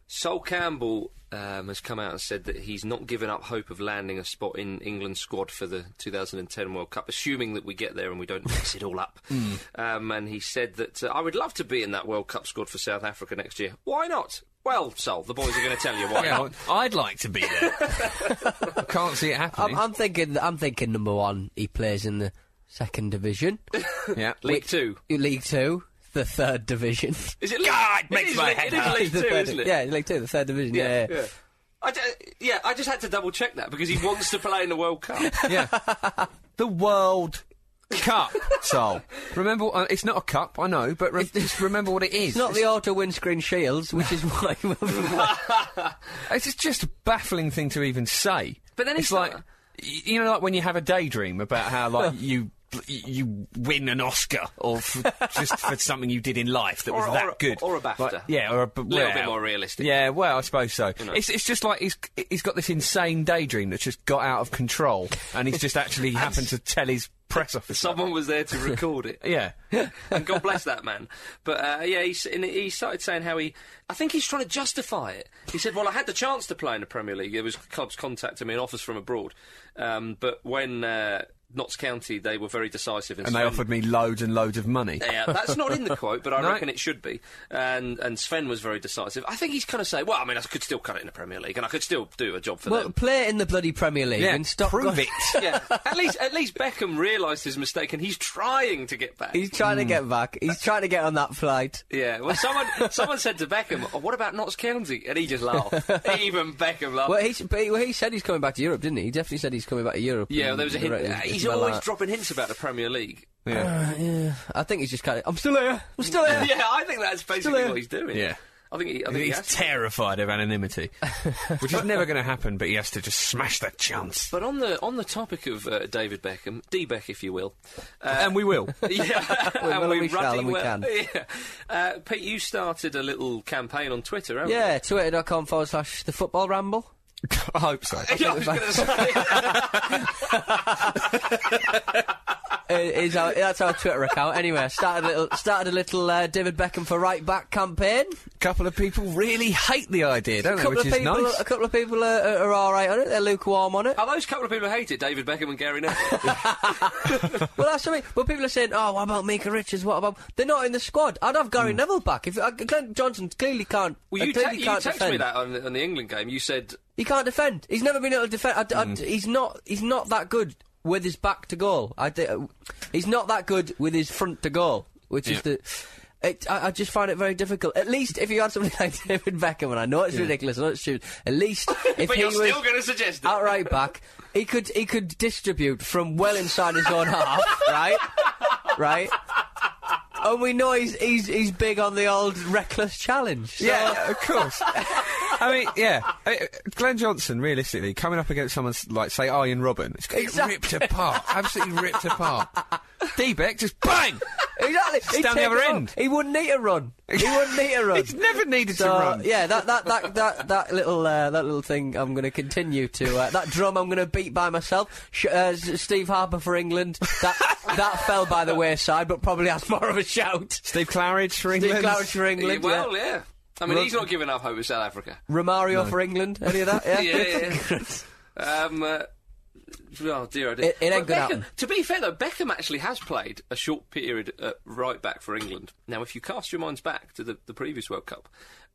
S4: Sol Campbell um, has come out and said that he's not given up hope of landing a spot in England's squad for the 2010 World Cup, assuming that we get there and we don't mess it all up.
S6: Hmm.
S4: Um, and he said that uh, I would love to be in that World Cup squad for South Africa next year. Why not? Well, Sol, the boys are going to tell you why.
S6: Yeah,
S4: not.
S6: well, I'd like to be there. I can't see it happening.
S2: I'm, I'm thinking. I'm thinking. Number one, he plays in the second division,
S6: yeah.
S4: League two.
S2: League Two, the third division.
S4: Is it League God,
S6: makes my head hurt.
S4: It is
S2: The
S4: League two,
S2: third-
S4: isn't it?
S2: Yeah, League Two, the third division. Yeah. yeah.
S4: yeah. I d- yeah, I just had to double check that because he wants to play in the World Cup.
S6: Yeah. the World Cup, Sol. Remember, uh, it's not a cup, I know, but re- just remember what it is.
S2: It's not the auto windscreen shields, which is why.
S6: It's just- just a baffling thing to even say.
S4: But then
S6: it's
S4: it's
S6: like
S4: not-
S6: y- you know, like when you have a daydream about how like you you win an Oscar or f- just for something you did in life that was
S4: Or- or-
S6: that good,
S4: or a BAFTA.
S6: Like, yeah, or a b-
S4: Little
S6: well,
S4: bit more realistic.
S6: Yeah, well, I suppose so. It's it's just like he's he's got this insane daydream that's just got out of control, and he's just actually happened to tell his press officer.
S4: Someone was there to record it.
S6: yeah,
S4: and God bless that man. But uh, yeah, he's, and he started saying how he. I think he's trying to justify it. He said, "Well, I had the chance to play in the Premier League. There was clubs contacting me and offers from abroad, um, but when uh, Notts County, they were very decisive
S6: and they
S4: Sven-
S6: offered me loads and loads of money.
S4: yeah, that's not in the quote, but I
S6: No.
S4: reckon it should be. And and Sven was very decisive. I think he's kind of saying, well, I mean, I could still cut it in the Premier League, and I could still do a job for
S2: well,
S4: them.
S2: play in the bloody Premier League
S6: Yeah,
S2: and stop.
S6: prove
S2: go-
S6: it.
S4: yeah, at least at least Beckham realised his mistake, and he's trying to get back.
S2: He's trying
S6: Hmm.
S2: to get back. He's trying to get on that flight.
S4: Yeah, well, someone someone said to Beckham, oh, "What about Notts County?" and he just laughed. Even Beckham laughed.
S2: Well, he, s- but he, well, he said he's coming back to Europe, didn't he? He definitely said he's coming back to Europe.
S4: yeah, well,
S2: and
S4: there was a hint.
S2: the-
S4: uh, he's
S2: it's well
S4: always
S2: out.
S4: dropping hints about the Premier League.
S6: Yeah,
S2: Yeah, I think he's just kind of. I'm still here. I'm still here.
S4: yeah, I think that's basically
S2: there.
S4: what he's doing.
S6: Yeah.
S4: I think he, I think he
S6: he's
S4: has to.
S6: terrified of anonymity, which is never going to happen. But he has to just smash that chance.
S4: But on the on the topic of uh, David Beckham, D Beck, if you will, uh,
S6: and we will.
S4: yeah,
S2: will and we shall
S4: ruddy
S2: and we can.
S4: Yeah. Uh, Pete, you started a little campaign on Twitter, haven't
S2: Yeah, twitter.com forward slash the football ramble.
S6: I hope so.
S4: you? Yeah, I was going to say.
S2: Uh, is our, that's our Twitter account. Anyway, I started a little, started a little uh, David Beckham for right back campaign.
S6: A couple of people really hate the idea, don't
S2: A
S6: they?
S2: couple
S6: Which
S2: of
S6: is
S2: people,
S6: nice.
S2: a couple of people are, are, are all right on it. They're lukewarm on it.
S4: Are those couple of people who hate it, David Beckham and Gary Neville?
S2: well, that's something. But people are saying, "Oh, what about Mika Richards? What about?" They're not in the squad. I'd have Gary Neville back. If uh, Glenn Johnson clearly can't,
S4: Hmm. Well, you,
S2: uh, clearly
S4: te- you
S2: can't
S4: texted
S2: defend.
S4: me that on, the- on the England game. You said
S2: He can't defend. He's never been able to defend. I d I d
S4: Hmm.
S2: he's not. He's not that good with his back to goal. I d- uh, he's not that good with his front to goal, which is the. It, I, I just find it very difficult. At least if you had somebody like David Beckham, and I know it's ridiculous, I know it's stupid. At least if
S4: but
S2: he
S4: you're
S2: was
S4: still going to suggest it.
S2: at right back, he could he could distribute from well inside his own half, right? Right. And we know he's he's he's big on the old reckless challenge. So
S6: Yeah, of course. I mean, yeah. I- uh, Glenn Johnson, realistically, coming up against someone s- like, say, Ian Robin, it's going to get
S2: Exactly.
S6: ripped apart. Absolutely ripped apart. D-Beck just bang!
S2: Exactly. He'd
S6: down the
S2: take
S6: other
S2: it off.
S6: end.
S2: He wouldn't need a run. He wouldn't need a run.
S6: He's never needed
S2: So,
S6: to run.
S2: Yeah, that that that that that little uh, that little thing. I'm going to continue to uh, that drum. I'm going to beat by myself. Sh- uh, S- Steve Harper for England. That that fell by the wayside, but probably has more of a shout.
S6: Steve Claridge for
S2: Steve
S6: England.
S2: Claridge for England. yeah.
S4: well, yeah. I mean, he's not giving up hope of South Africa.
S2: Romario for England. Any of that? Yeah.
S4: Yeah, yeah. Um, uh, Oh dear, I did.
S2: It- it ain't gonna
S4: Beckham,
S2: happen.
S4: To be fair though, Beckham actually has played a short period at right back for England. Now, if you cast your minds back to the, the previous World Cup,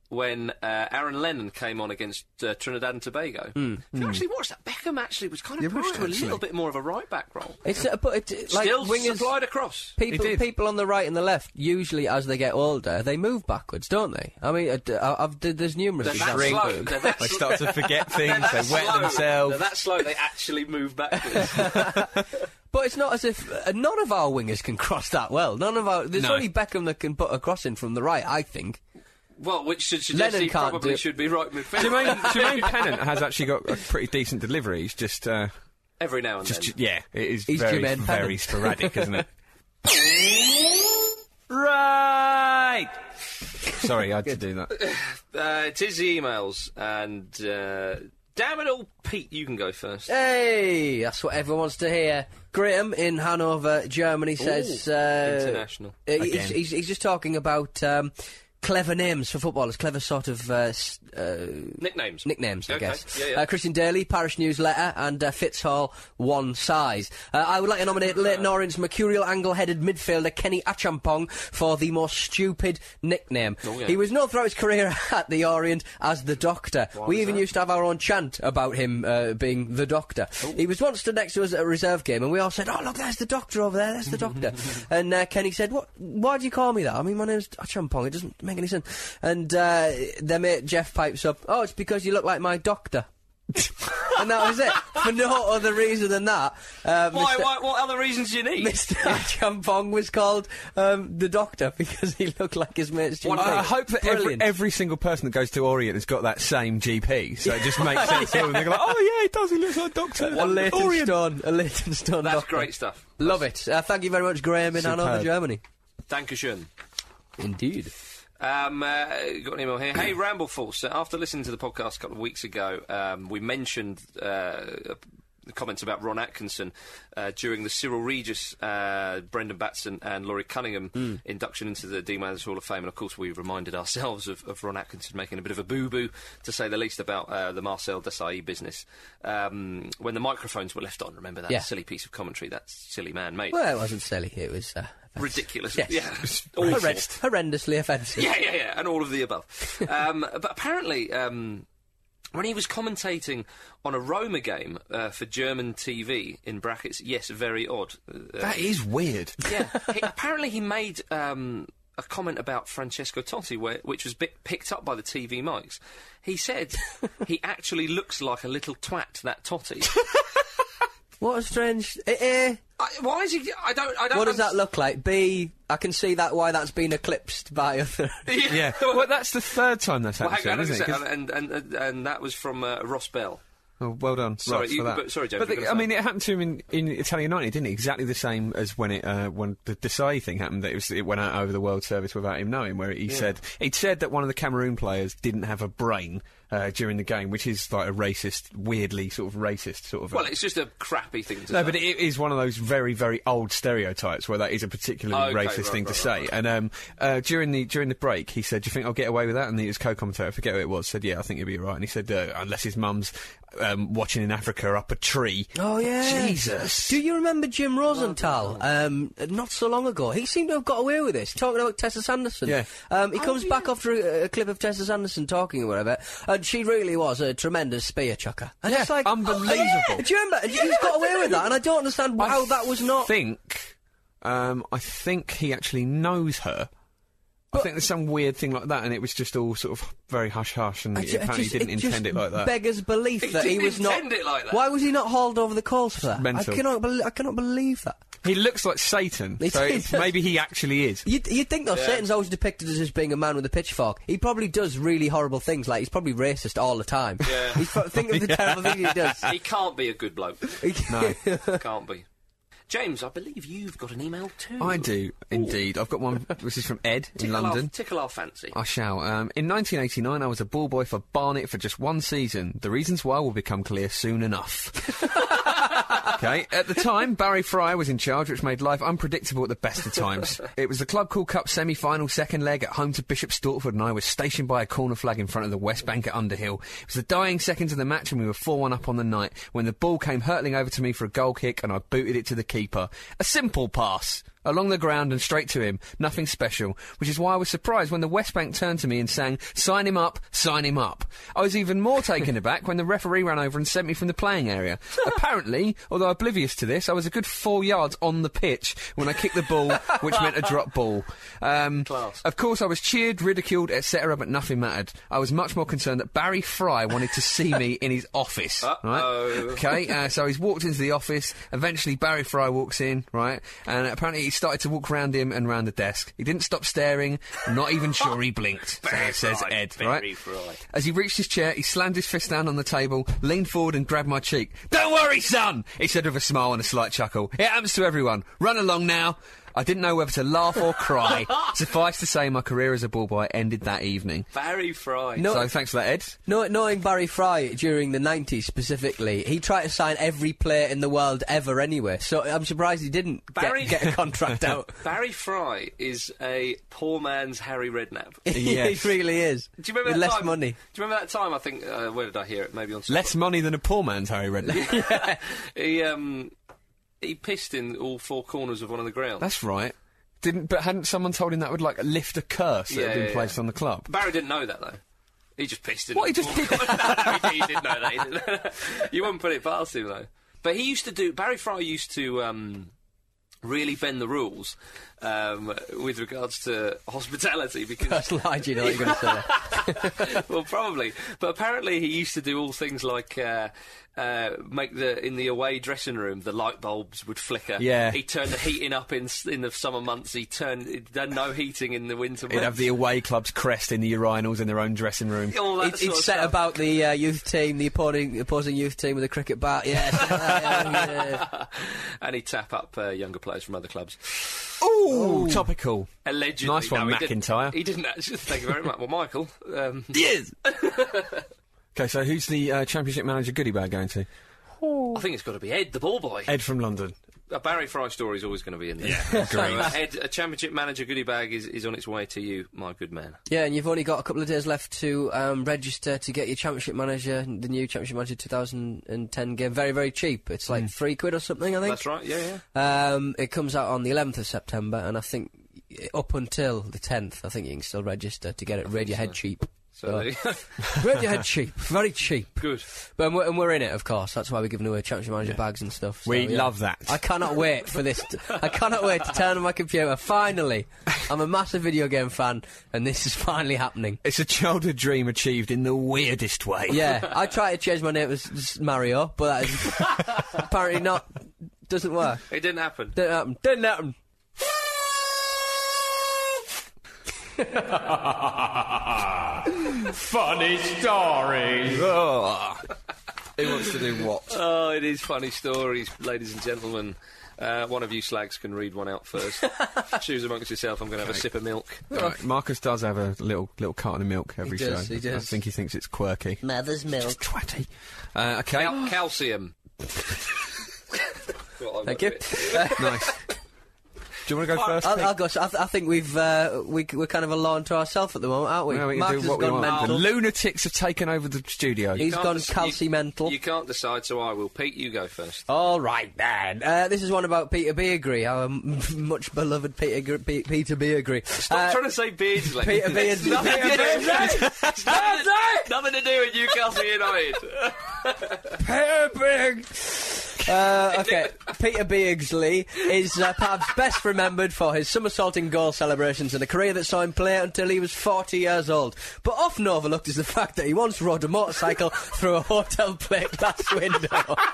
S4: when uh, Aaron Lennon came on against uh, Trinidad and Tobago,
S2: Hmm,
S4: if you actually watched that, Beckham actually was kind of
S2: You're
S4: pushed
S2: right,
S4: to a little
S2: actually.
S4: bit more of a right back role.
S2: It's uh, but it's, uh, like
S4: Still
S2: wingers.
S4: supplied across.
S2: People,
S6: did.
S2: people on the right and the left, usually as they get older, they move backwards, don't they? I mean, uh, d- I, have there's numerous
S4: They're that
S2: examples.
S4: slow. They're that
S6: They
S4: sl-
S6: start to forget
S4: they're
S6: things,
S4: that
S6: they wet
S4: slow.
S6: themselves.
S4: They're that slow they actually move backwards.
S2: But it's not as if uh, none of our wingers can cross that well. None of our there's
S6: No.
S2: only Beckham that can put a crossing from the right. I think.
S4: well, which should suggest
S2: Lennon
S4: he
S2: can't do
S4: probably
S2: it.
S4: should be right midfield.
S6: Jermaine, Jermaine Pennant has actually got a pretty decent delivery. He's just, uh,
S4: Every now and
S6: just
S4: then.
S6: yeah, it is
S2: He's
S6: very,
S2: Jermaine
S6: very
S2: Pennant.
S6: sporadic, isn't it? right. Sorry, I had to do that.
S4: Uh, it is the emails, and uh, damn it all, Pete, you can go first.
S2: Uh, Hey, that's what everyone wants to hear. Graham in Hanover, Germany says.
S4: Ooh,
S2: uh,
S4: international.
S2: uh, He's, he's, he's just talking about um, clever names for footballers, clever sort of uh, s- uh,
S4: Nicknames.
S2: Nicknames, I
S4: Okay,
S2: guess.
S4: yeah, yeah.
S2: Uh, Christian Daly, Parish Newsletter, and uh, Fitz Hall, One Size. Uh, I would like to nominate Leighton Orient mercurial angle-headed midfielder Kenny Achampong for the most stupid nickname.
S4: Oh, yeah.
S2: He was known throughout his career at the Orient as the Doctor. we
S4: was
S2: even
S4: that?
S2: used to have our own chant about him uh, being the Doctor.
S4: Oh.
S2: He was once stood next to us at a reserve game, and we all said, "Oh, look, there's the Doctor over there. There's the Doctor." and uh, Kenny said, "What? Why do you call me that? I mean, my name's Achampong. It doesn't make any sense." And uh, their mate Jeff pipes up, "Oh, it's because you look like my Doctor." and that was it for no other reason than that. Uh,
S4: Why,
S2: Mr.
S4: why? What other reasons do you need?
S2: Mr. Achampong was called um, the Doctor because he looked like his mate. Stuart
S4: Well,
S6: I, I
S2: Pink.
S6: hope that every,
S2: Brilliant.
S6: every single person that goes to Orient has got that same GP, so it just makes sense to them. They go like, oh yeah, it does. He looks like Doctor
S2: a Leighton
S6: Orient.
S2: Stone, a Leighton Stone
S4: That's
S2: Doctor.
S4: great stuff.
S2: Love it. Uh, thank you very much, Graham in Hanover,
S6: Superb.
S2: Germany.
S4: Dankeschön.
S2: Indeed.
S4: Um, uh, got an email here. Hey, Rambleforce. Uh, after listening to the podcast a couple of weeks ago, um, we mentioned uh, the comments about Ron Atkinson uh, during the Cyril Regis, uh, Brendan Batson, and Laurie Cunningham
S2: Hmm.
S4: induction into the D Mathers Hall of Fame. And of course, we reminded ourselves of, of Ron Atkinson making a bit of a boo boo, to say the least, about uh, the Marcel Desailly business. Um, when the microphones were left on, remember that
S2: Yeah.
S4: silly piece of commentary that silly man made?
S2: Well, it wasn't silly. It was uh,
S4: Ridiculous.
S2: Yes.
S4: Yeah. Awful.
S2: horrend- horrendously offensive.
S4: Yeah, yeah, yeah, and all of the above. um, but apparently, um, when he was commentating on a Roma game uh, for German TV, in brackets, yes, very odd. Uh,
S6: That is weird.
S4: yeah, he, apparently he made um, a comment about Francesco Totti, where, which was bit picked up by the TV mics. He said he actually looks like a little twat, that Totti.
S2: What a strange. Eh, eh.
S4: I, why is he? I don't. I don't.
S2: What does that
S4: underst-
S2: look like? B. I can see that why that's been eclipsed by other.
S6: Yeah. well, that's the third time that's
S4: Well,
S6: happened,
S4: hang on,
S6: to him,
S4: hang on a
S6: isn't it?
S4: sec,
S6: 'Cause-
S4: and, and, and, and that was from uh, Ross Bell.
S6: Oh, well done.
S4: Sorry,
S6: Ross,
S4: you-
S6: for that.
S4: but- sorry, James,
S6: But
S4: you were
S6: the, I
S4: gonna
S6: mean, it happened to him in, in Italian 90, didn't it? Exactly the same as when it uh, when the Desai thing happened. That it, was, it went out over the World Service without him knowing. Where he said he'd said that one of the Cameroon players didn't have a brain uh, during the game, which is like a racist, weirdly sort of racist sort of. uh,
S4: Well, it's just a crappy thing to
S6: no,
S4: say.
S6: but it is one of those very, very old stereotypes where that is a particularly
S4: Okay, right,
S6: racist thing
S4: right,
S6: to say.
S4: right,
S6: And um, uh, during the during the break, he said, "Do you think I'll get away with that?" And his co-commentator, I forget who it was, said, "Yeah, I think you'll be all right." And he said, uh, "Unless his mum's um, watching in Africa up a tree."
S2: Oh yeah,
S6: Jesus.
S2: Do you remember Jim Rosenthal? Um, not so long ago, he seemed to have got away with this. Talking about Tessa Sanderson,
S6: Yeah.
S2: Um,
S4: Oh,
S2: he comes back after a, a clip of Tessa Sanderson talking or whatever, and she really was a tremendous spear chucker. And it's like
S6: unbelievable.
S2: Do you remember? And He's got away with that, and I don't understand
S6: I
S2: how Oh, that was not.
S6: Think, um, I think he actually knows her. I think there's some weird thing like that, and it was just all sort of very hush hush, and
S2: I
S6: he
S2: ju- I
S6: apparently
S2: just-
S6: didn't
S2: just
S6: intend it like that.
S2: Beggars belief
S4: He
S2: that he
S4: didn't
S2: was not.
S4: intend it like that.
S2: Why was he not hauled over the coals for that?
S6: Mental.
S2: I cannot. bel I cannot believe that.
S6: He looks like Satan,
S2: He
S6: so
S2: does.
S6: it's- maybe he actually is.
S2: You'd, you'd think though, Satan's always depicted as just being a man with a pitchfork. He probably does really horrible things, like he's probably racist all the time.
S4: Yeah.
S2: He's pro- think of the terrible things he does.
S4: he can't be a good bloke.
S6: No.
S4: can't be. James, I believe you've got an email too.
S6: I do indeed. I've got one. This is from Ed in
S4: Tickle
S6: London.
S4: Our, tickle our fancy.
S6: I shall. Um, in 1989, I was a ball boy for Barnet for just one season. The reasons why will become clear soon enough. Okay. At the time, Barry Fry was in charge, which made life unpredictable at the best of times. it was the Club Cool Cup semi-final second leg at home to Bishop Stortford, and I was stationed by a corner flag in front of the West Bank at Underhill. It was the dying seconds of the match, and we were 4-1 up on the night when the ball came hurtling over to me for a goal kick, and I booted it to the keeper. A simple pass. Along the ground and straight to him, nothing special, which is why I was surprised when the West Bank turned to me and sang, Sign him up, sign him up. I was even more taken aback when the referee ran over and sent me from the playing area. Apparently, although oblivious to this, I was a good four yards on the pitch when I kicked the ball, which meant a drop ball. Um, Of course, I was cheered, ridiculed, etc., but nothing mattered. I was much more concerned that Barry Fry wanted to see me in his office.
S4: Uh-oh.
S6: Right? Okay, uh, so he's walked into the office. Eventually, Barry Fry walks in, right? And apparently, he started to walk round him and round the desk. He didn't stop staring. I'm not even sure he blinked. so it says
S4: Fry,
S6: Ed,
S4: Barry
S6: right?
S4: Fry.
S6: As he reached his chair, he slammed his fist down on the table, leaned forward, and grabbed my cheek. Don't worry, son, he said with a smile and a slight chuckle. It happens to everyone. Run along now. I didn't know whether to laugh or cry. Suffice to say, my career as a ball boy ended that evening.
S4: Barry Fry.
S2: No,
S6: So thanks for that, Ed.
S2: No, knowing Barry Fry during the 90s specifically, he tried to sign every player in the world ever anyway, so I'm surprised he didn't get-
S4: Barry-
S2: get, a contract out.
S4: Barry Fry is a poor man's Harry Redknapp.
S6: Yes.
S2: he really is.
S4: Do you remember
S2: With
S4: that
S2: less
S4: time?
S2: money?
S4: Do you remember that time? I think uh, where did I hear it? Maybe on
S6: Less money than a poor man's Harry Redknapp.
S4: He um he pissed in all four corners of one of the grounds.
S6: That's right. Didn't, but hadn't someone told him that would like lift a curse that
S4: Yeah,
S6: had been
S4: yeah,
S6: placed
S4: yeah.
S6: on the club?
S4: Barry didn't know that though. He just pissed in.
S6: What,
S4: all
S6: he just
S4: four
S6: pissed-
S4: corners. No, no, he, he didn't know that. He didn't. you wouldn't put it past him though. But he used to do. Barry Fry used to. Um, Really bend the rules um, with regards to hospitality because
S2: That's large, you know what you're going to say. there.
S4: well, probably. But apparently, he used to do all things like uh, uh, make the in the away dressing room the light bulbs would flicker.
S6: Yeah.
S4: he turned the heating up in s- in the summer months. He turned he done no heating in the winter.
S6: He'd have
S4: months.
S6: the away club's crest in the urinals in their own dressing room.
S4: all that
S2: He'd,
S4: sort
S2: he'd
S4: of
S2: set
S4: stuff.
S2: about the uh, youth team, the opposing, opposing youth team with a cricket bat. Yes. yeah.
S4: and he'd tap up uh, younger players from other clubs.
S6: Ooh, topical.
S4: Allegedly,
S6: Nice one,
S4: No, he didn't-
S6: McIntyre.
S4: He didn't actually. Thank you very much. Well, Michael. Um,
S6: Yes. okay, so who's the uh, championship manager goodie bag going to?
S4: I think it's got to be Ed, the ball boy.
S6: Ed from London.
S4: A Barry Fry story is always going to be in there. Yeah, so, uh, Ed, a championship manager goodie bag is, is on its way to you, my good man.
S2: yeah, and you've only got a couple of days left to um, register to get your championship manager, the new championship manager 2010 game. Very, very cheap. It's like three quid or something, I think.
S4: That's right. Yeah, yeah.
S2: Um, it comes out on the 11th of September, and I think up until the 10th, I think you can still register to get it Radiohead cheap.
S4: So there you go.
S2: Radiohead cheap, very cheap.
S4: good.
S2: But and we're, and we're in it, of course. That's why we're giving away championship manager bags and stuff. so,
S6: We
S2: yeah.
S6: love that.
S2: I cannot wait for this. t- I cannot wait to turn on my computer. Finally, I'm a massive video game fan, and this is finally happening.
S6: It's a childhood dream achieved in the weirdest way.
S2: Yeah, I tried to change my name to Mario, but that is apparently not. Doesn't work.
S4: It didn't happen.
S2: Didn't happen. Didn't happen.
S5: Funny stories.
S6: Ugh. Who wants to do what?
S4: Oh, it is funny stories, ladies and gentlemen. Uh, one of you slags can read one out first. Choose amongst yourself. I'm going to have a sip of milk.
S6: Right, Marcus does have a little little carton of milk every
S2: does,
S6: show.
S2: he
S6: I
S2: does.
S6: think he thinks it's quirky.
S2: Mother's milk.
S6: Twatty. Uh, okay.
S4: Cal- calcium. Well, I
S2: Thank
S4: won't
S2: you.
S4: do it.
S6: nice. Do you want to go first?
S2: I'll,
S6: Pete?
S2: I'll go. so I, th- I think we've uh, we, c- we're kind of a law unto ourselves at the moment, aren't we?
S6: Now we can
S2: Marcus
S6: do
S2: has
S6: what we
S2: gone
S6: want. The
S2: mental.
S6: lunatics have taken over the studio.
S2: He's
S4: Can't
S2: gone
S4: dec-
S2: calcimental. mental.
S4: You, you can't decide, so I will. Pete, you go first.
S2: All right then. Uh, this is one about Peter Beagrie, our m- much beloved Peter Gr- Pe- Peter Beagrie.
S4: I'm
S2: Uh,
S4: trying to say Beardsley.
S2: Peter
S4: It's
S2: Beardsley.
S4: nothing to
S2: Peter
S4: do- it's nothing to- Nothing to do with Newcastle United.
S2: Peter Beag- Uh, okay, Peter Beagsley is uh, perhaps best remembered for his somersaulting goal celebrations and a career that saw him play until he was 40 years old. But often overlooked is the fact that he once rode a motorcycle through a hotel plate glass window.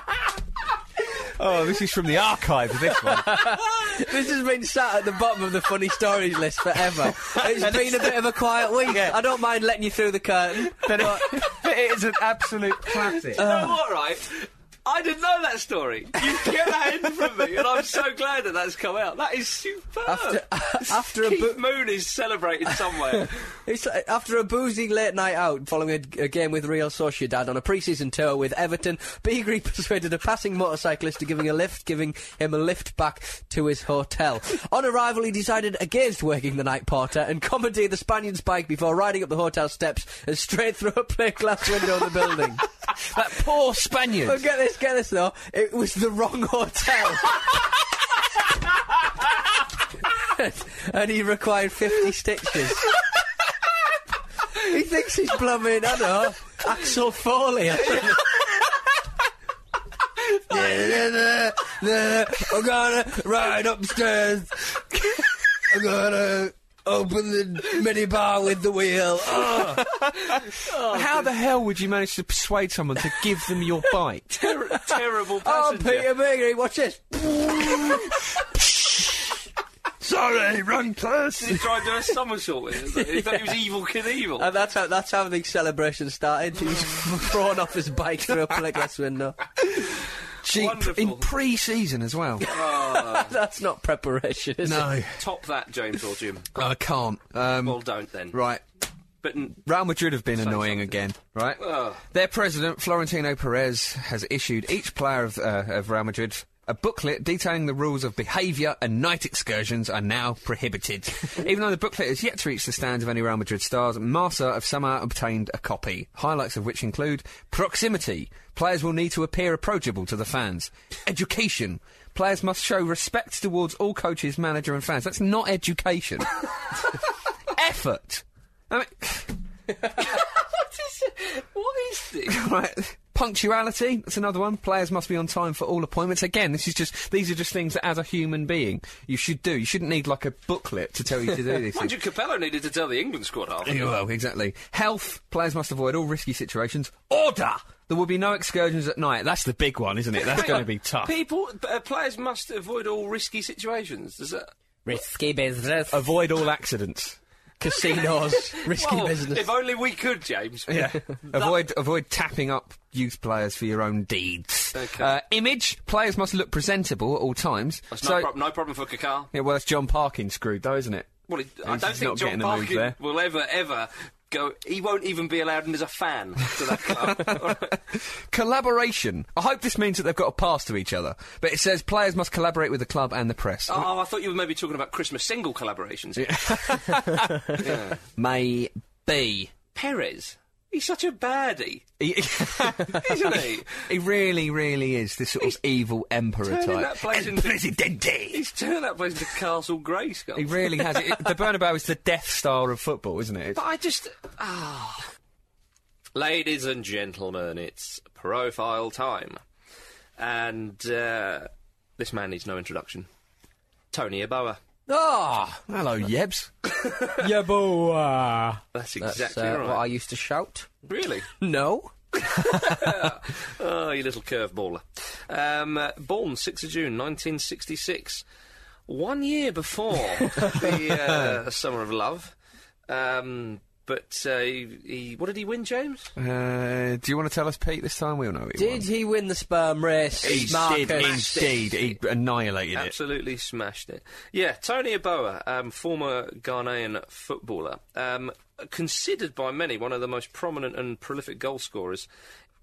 S6: Oh, this is from the archives, this one.
S2: This has been sat at the bottom of the funny stories list forever. It's been a bit of a quiet week. I don't mind letting you through the curtain. Uh.
S6: it is an absolute classic.
S4: No, all right. I didn't know that story. You get that in from me, and I'm so glad that that's come out. That is superb.
S2: After- after a
S4: Keith
S2: book-
S4: Moon is celebrated somewhere.
S2: It's like, after a boozy late night out following a, a game with Real Sociedad on a pre-season tour with Everton, Beagrie persuaded a passing motorcyclist to giving a lift, giving him a lift back to his hotel. on arrival, he decided against working the night porter and commandeered the Spaniard's bike before riding up the hotel steps and straight through a plate glass window in the building.
S6: That poor Spaniard.
S2: But get this, get this though, it was the wrong hotel. and he required 50 stitches. he thinks he's blooming, I know, Axel Foley. or something. I'm gonna ride upstairs. I'm gonna open the minibar with the wheel. Oh.
S6: How the hell would you manage to persuade someone to give them your bike?
S4: Ter- terrible
S2: Oh,
S4: passenger.
S2: Peter Beagrie, watch this.
S6: Sorry, wrong
S4: He
S6: person.
S4: tried to do a somersault with it. He thought he was evil Knievel.
S2: And that's how that's how the celebration started. He was thrown off his bike through a plate glass window.
S6: Gee,
S4: Wonderful.
S6: in pre-season as well.
S2: that's not preparation, is it?
S6: no,
S4: Top that, James or Jim.
S6: I can't. Um,
S4: Well, don't then.
S6: right.
S4: But n-
S6: Real Madrid have been
S4: something.
S6: annoying again, right?
S4: Ugh.
S6: Their president, Florentino Perez, has issued each player of, uh, of Real Madrid a booklet detailing the rules of behaviour and night excursions are now prohibited. Even though the booklet has yet to reach the stands of any Real Madrid stars, Marca have somehow obtained a copy, highlights of which include proximity. Players will need to appear approachable to the fans. Education. Players must show respect towards all coaches, manager and fans. That's not education. Effort. I mean,
S4: what is this?
S6: Right. Punctuality, that's another one. Players must be on time for all appointments. Again, this is just these are just things that as a human being you should do. You shouldn't need like a booklet to tell you to do these
S4: Mind
S6: things.
S4: you, Capello needed to tell the England squad half.
S6: Yeah, Well, exactly. Health, players must avoid all risky situations. Order! There will be no excursions at night. That's the big one, isn't it? That's going to be tough.
S4: People, uh, players must avoid all risky situations. Does that?
S2: Risky business.
S6: Avoid all accidents.
S2: Casinos. Risky
S4: Well,
S2: business.
S4: If only we could, James.
S6: Yeah. avoid avoid tapping up youth players for your own deeds.
S4: Okay.
S6: Uh, image, players must look presentable at all times.
S4: That's
S6: So-
S4: no, prob- no problem for Kakar.
S6: yeah, well, that's John Parkin screwed though, isn't it?
S4: Well, it, I
S6: He's
S4: don't think
S6: not
S4: John
S6: getting a move
S4: Parkin
S6: there.
S4: will ever, ever go. He won't even be allowed in as a fan to that club. All right.
S6: Collaboration. I hope this means that they've got a pass to each other. But it says players must collaborate with the club and the press.
S4: Oh, I thought you were maybe talking about Christmas single collaborations.
S6: May be.
S4: Perez, he's such a baddie,
S6: He,
S4: isn't he?
S6: he really, really is this sort of evil emperor
S4: turning
S6: type.
S4: that place
S6: El
S4: into-
S6: Presidente.
S4: He's turned that place into Castle Grayskull.
S6: He really has. It, the Bernabeu is the death star of football, isn't it? It's-
S4: But I just. Ah. Ladies and gentlemen, it's profile time. And uh, this man needs no introduction. Tony Eboa.
S2: Ah,
S6: hello, Yebs.
S1: yeah, but uh,
S4: That's
S2: that's
S4: exactly
S2: uh,
S4: right.
S2: what I used to shout.
S4: Really?
S2: No.
S4: Oh, you little curveballer. Um, uh, born 6th of June 1966. One year before the uh, Summer of Love. Um, but uh, he, he, what did he win, James?
S6: Uh, do you want to tell us, Pete, this time? We all know he
S2: Did
S6: won.
S2: he win the sperm race?
S6: He
S2: Marcus?
S6: did indeed. He annihilated it.
S4: Absolutely smashed it. Yeah, Tony Eboa, um, former Ghanaian footballer, um, considered by many one of the most prominent and prolific goal scorers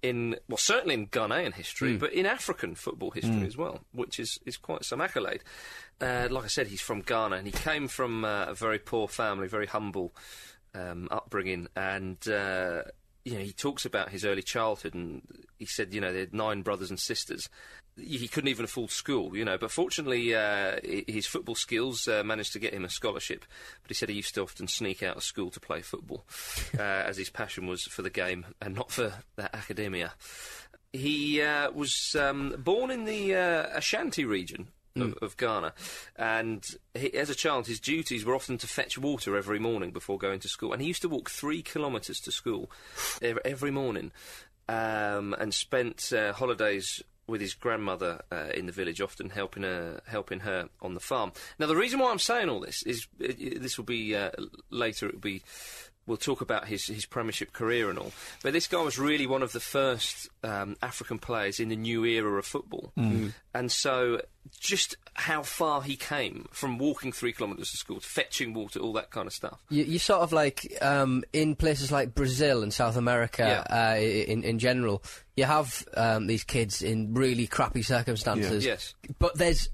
S4: in, well, certainly in Ghanaian history, but in African football history as well, which is, is quite some accolade. Uh, like I said, he's from Ghana and he came from uh, a very poor family, very humble um, upbringing, and uh, you know he talks about his early childhood, and he said you know they had nine brothers and sisters. He he couldn't even afford school, you know. But fortunately, uh, hi- his football skills uh, managed to get him a scholarship. But he said he used to often sneak out of school to play football, uh, as his passion was for the game and not for uh, academia. He uh, was um, born in the uh, Ashanti region of, of Ghana, and he, as a child, his duties were often to fetch water every morning before going to school. And he used to walk three kilometres to school ev- every morning, um, and spent uh, holidays with his grandmother uh, in the village, often helping her, helping her on the farm. Now, the reason why I'm saying all this is i i- this will be uh, l- later. It will be we'll talk about his, his Premiership career and all. But this guy was really one of the first um, African players in the new era of football. And so just how far he came from walking three kilometres to school, to fetching water, all that kind of stuff.
S2: You, you sort of like um, in places like Brazil and South America
S4: Yeah.
S2: uh, i- in in general, you have um, these kids in really crappy circumstances.
S4: Yes.
S2: but there's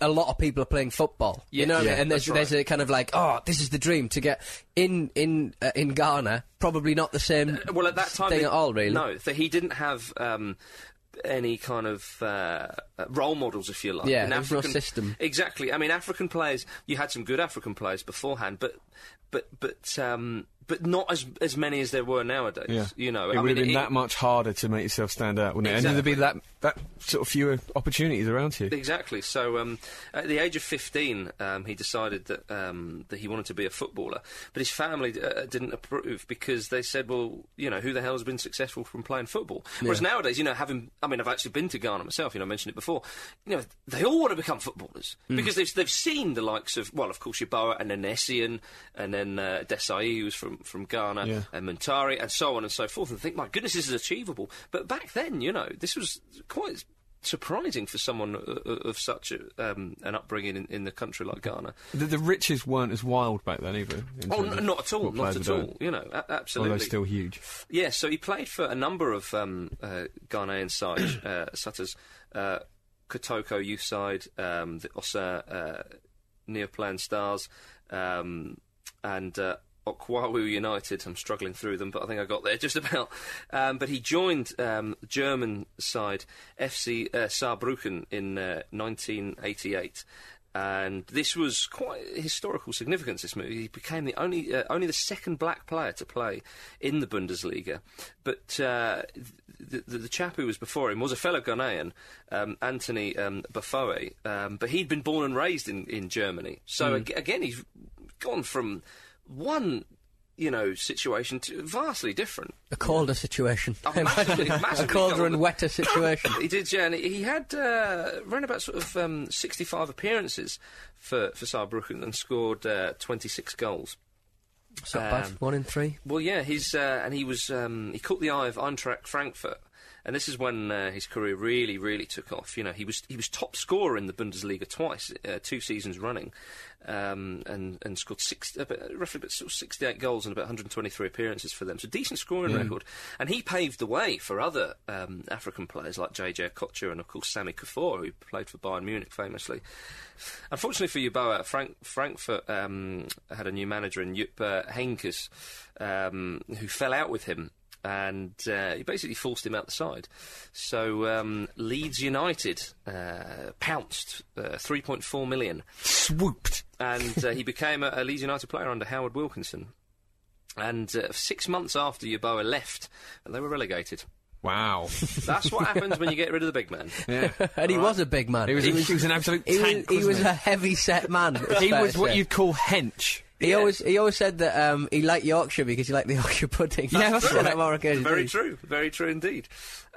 S2: a lot of people are playing football.
S4: Yeah,
S2: you know, what I mean?
S4: yeah,
S2: and there's
S4: that's right.
S2: there's a kind of like, oh, this is the dream to get in in uh, in Ghana. Probably not the same.
S4: Uh, Well, at that time,
S2: thing
S4: they-
S2: at all, really.
S4: No, th- he didn't have um, any kind of uh, role models, if you like.
S2: Yeah,
S4: In
S2: there was no system.
S4: Exactly. I mean, African players. You had some good African players beforehand, but but but um, but not as as many as there were nowadays.
S6: Yeah.
S4: You know,
S6: it
S4: I
S6: would
S4: mean,
S6: have been
S4: it-
S6: that much harder to make yourself stand out, wouldn't it? And there'd be that that sort of fewer opportunities around you.
S4: Exactly. So, um, at the age of 15, um, he decided that um, that he wanted to be a footballer, but his family uh, didn't approve because they said, "Well, you know, who the hell's been successful from playing football?" Whereas nowadays, you know, having I mean, I've actually been to Ghana myself. You know, I mentioned it before. You know, they all want to become footballers
S6: Hmm.
S4: because they've they've seen the likes of well, of course, Yeboah and then Essien and then uh, Desai, who was from from Ghana,
S6: Yeah.
S4: and Montari, and so on and so forth, and think, "My goodness, this is achievable." But back then, you know, this was quite surprising for someone o- o- of such a, um, an upbringing in, in the country like Ghana.
S6: The, the riches weren't as wild back then either. in
S4: Oh,
S6: terms
S4: n-
S6: of
S4: not at all,
S6: what
S4: not
S6: players
S4: at
S6: were
S4: all.
S6: doing.
S4: You know, a-
S6: Although
S4: absolutely.
S6: still huge.
S4: Yeah, so he played for a number of um, uh, Ghanaian sides, uh, such as uh, Kotoko youth side, um, the Osa uh, Neoplan Stars, um, and uh, Okwawu United. I'm struggling through them, but I think I got there just about. Um, but he joined um, German side FC uh, Saarbrücken in uh, 1988. And this was quite historical significance. This move, he became the only uh, only the second black player to play in the Bundesliga. But uh, the, the, the chap who was before him was a fellow Ghanaian, um, Anthony um, Bafoe. Um, but he'd been born and raised in, in Germany. So ag- again, he's gone from one you know situation to vastly different.
S2: A colder situation.
S4: Oh, massively-
S2: a
S4: massively
S2: colder
S4: colder.
S2: and wetter situation.
S4: He did, yeah, and he had uh, around about sort of um, 65 appearances for, for Saarbrücken and scored uh, 26 goals.
S2: It's not bad.
S4: Um,
S2: One in three.
S4: Well, yeah, he's uh, and he was um, he caught the eye of Eintracht Frankfurt, and this is when uh, his career really, really took off. You know, he was he was top scorer in the Bundesliga twice, uh, two seasons running, um, and and scored six, about, roughly about sort of 68 goals and about 123 appearances for them. So decent scoring record, and he paved the way for other um, African players like JJ Kocher and of course Sammy Kafour, who played for Bayern Munich famously. Unfortunately for Yuboa, Frank, Frankfurt um, had a new manager in Jupp uh, Heynckes, um, who fell out with him. And uh, he basically forced him out the side. So um, Leeds United uh, pounced uh, 3.4 million,
S6: Swooped.
S4: and uh, he became a, a Leeds United player under Howard Wilkinson. And uh, six months after Yuboa left, they were relegated.
S6: Wow.
S4: That's what happens when you get rid of the big man.
S6: yeah.
S2: And he was a big man.
S6: He was, he was an absolute
S2: he was,
S6: tank.
S2: he was
S6: wasn't
S2: a heavy set man. it's
S6: he? he
S2: fair
S6: was
S2: to
S6: what
S2: say.
S6: you'd call hench.
S2: He always he always said that um, he liked Yorkshire because he liked the Yorkshire pudding.
S6: Yeah, that's
S2: Said that
S6: right.
S2: more occasions,
S4: Very
S2: didn't
S4: true, very true indeed.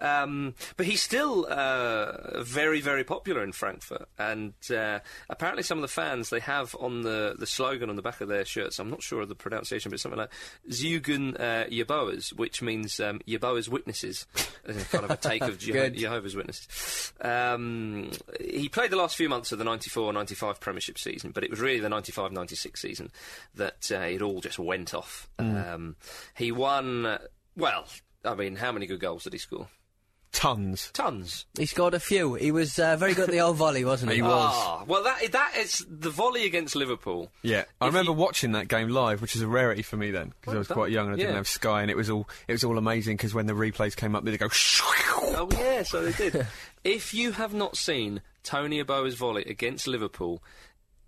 S4: Um, but he's still uh, very, very popular in Frankfurt, and uh, apparently some of the fans they have on the, the slogan on the back of their shirts. I'm not sure of the pronunciation, but it's something like "Zugen uh, Yeboas," which means um, Yeboah's Witnesses, as in kind of a take of Jeho-
S2: Good.
S4: Jehovah's Witnesses. Um, he played the last few months of the 94-95 Premiership season, but it was really the 95-96 season that uh, it all just went off. Um, he won. uh, Well, I mean, how many good goals did he score?
S6: Tons.
S4: Tons.
S2: He He scored a few. He was uh, very good at the old volley, wasn't he?
S6: He was.
S4: Ah, well, that that is the volley against Liverpool.
S6: Yeah, I
S4: If
S6: remember
S4: you-
S6: watching that game live, which is a rarity for me then because I was
S4: done.
S6: quite young and I didn't
S4: Yeah.
S6: have Sky, and it was all it was all amazing because when the replays came up, they'd go.
S4: Oh yeah, so they did. if you have not seen Tony Aboa's volley against Liverpool,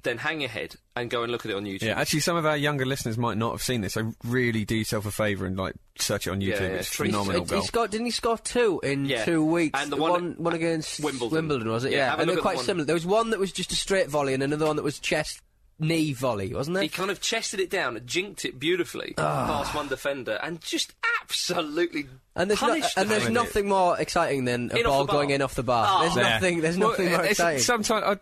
S4: then hang your head and go and look at it on YouTube.
S6: Yeah, actually, some of our younger listeners might not have seen this. So really, do yourself a favour and like search it on
S4: Yeah,
S6: YouTube.
S4: yeah,
S6: it's
S4: it's really-
S6: phenomenal
S2: He-
S6: goal.
S2: He scored, didn't he score two in
S4: Yeah.
S2: two weeks?
S4: And the one-
S2: one, against
S4: Wimbledon.
S2: was it?
S4: Yeah,
S2: Yeah,
S4: have a
S2: and they're
S4: look at the
S2: quite
S4: one-
S2: similar. There was one that was just a straight volley, and another one that was chest knee volley, wasn't there?
S4: He kind of chested it down, and jinked it beautifully
S2: Ah.
S4: past one defender, and just absolutely
S2: and there's, no-
S4: punished
S2: and
S4: them.
S2: there's nothing more exciting than a
S4: In off
S2: ball
S4: the bar.
S2: going in off the bar.
S4: Ah.
S2: there's
S4: There.
S2: nothing. There's nothing more exciting.
S6: Sometimes I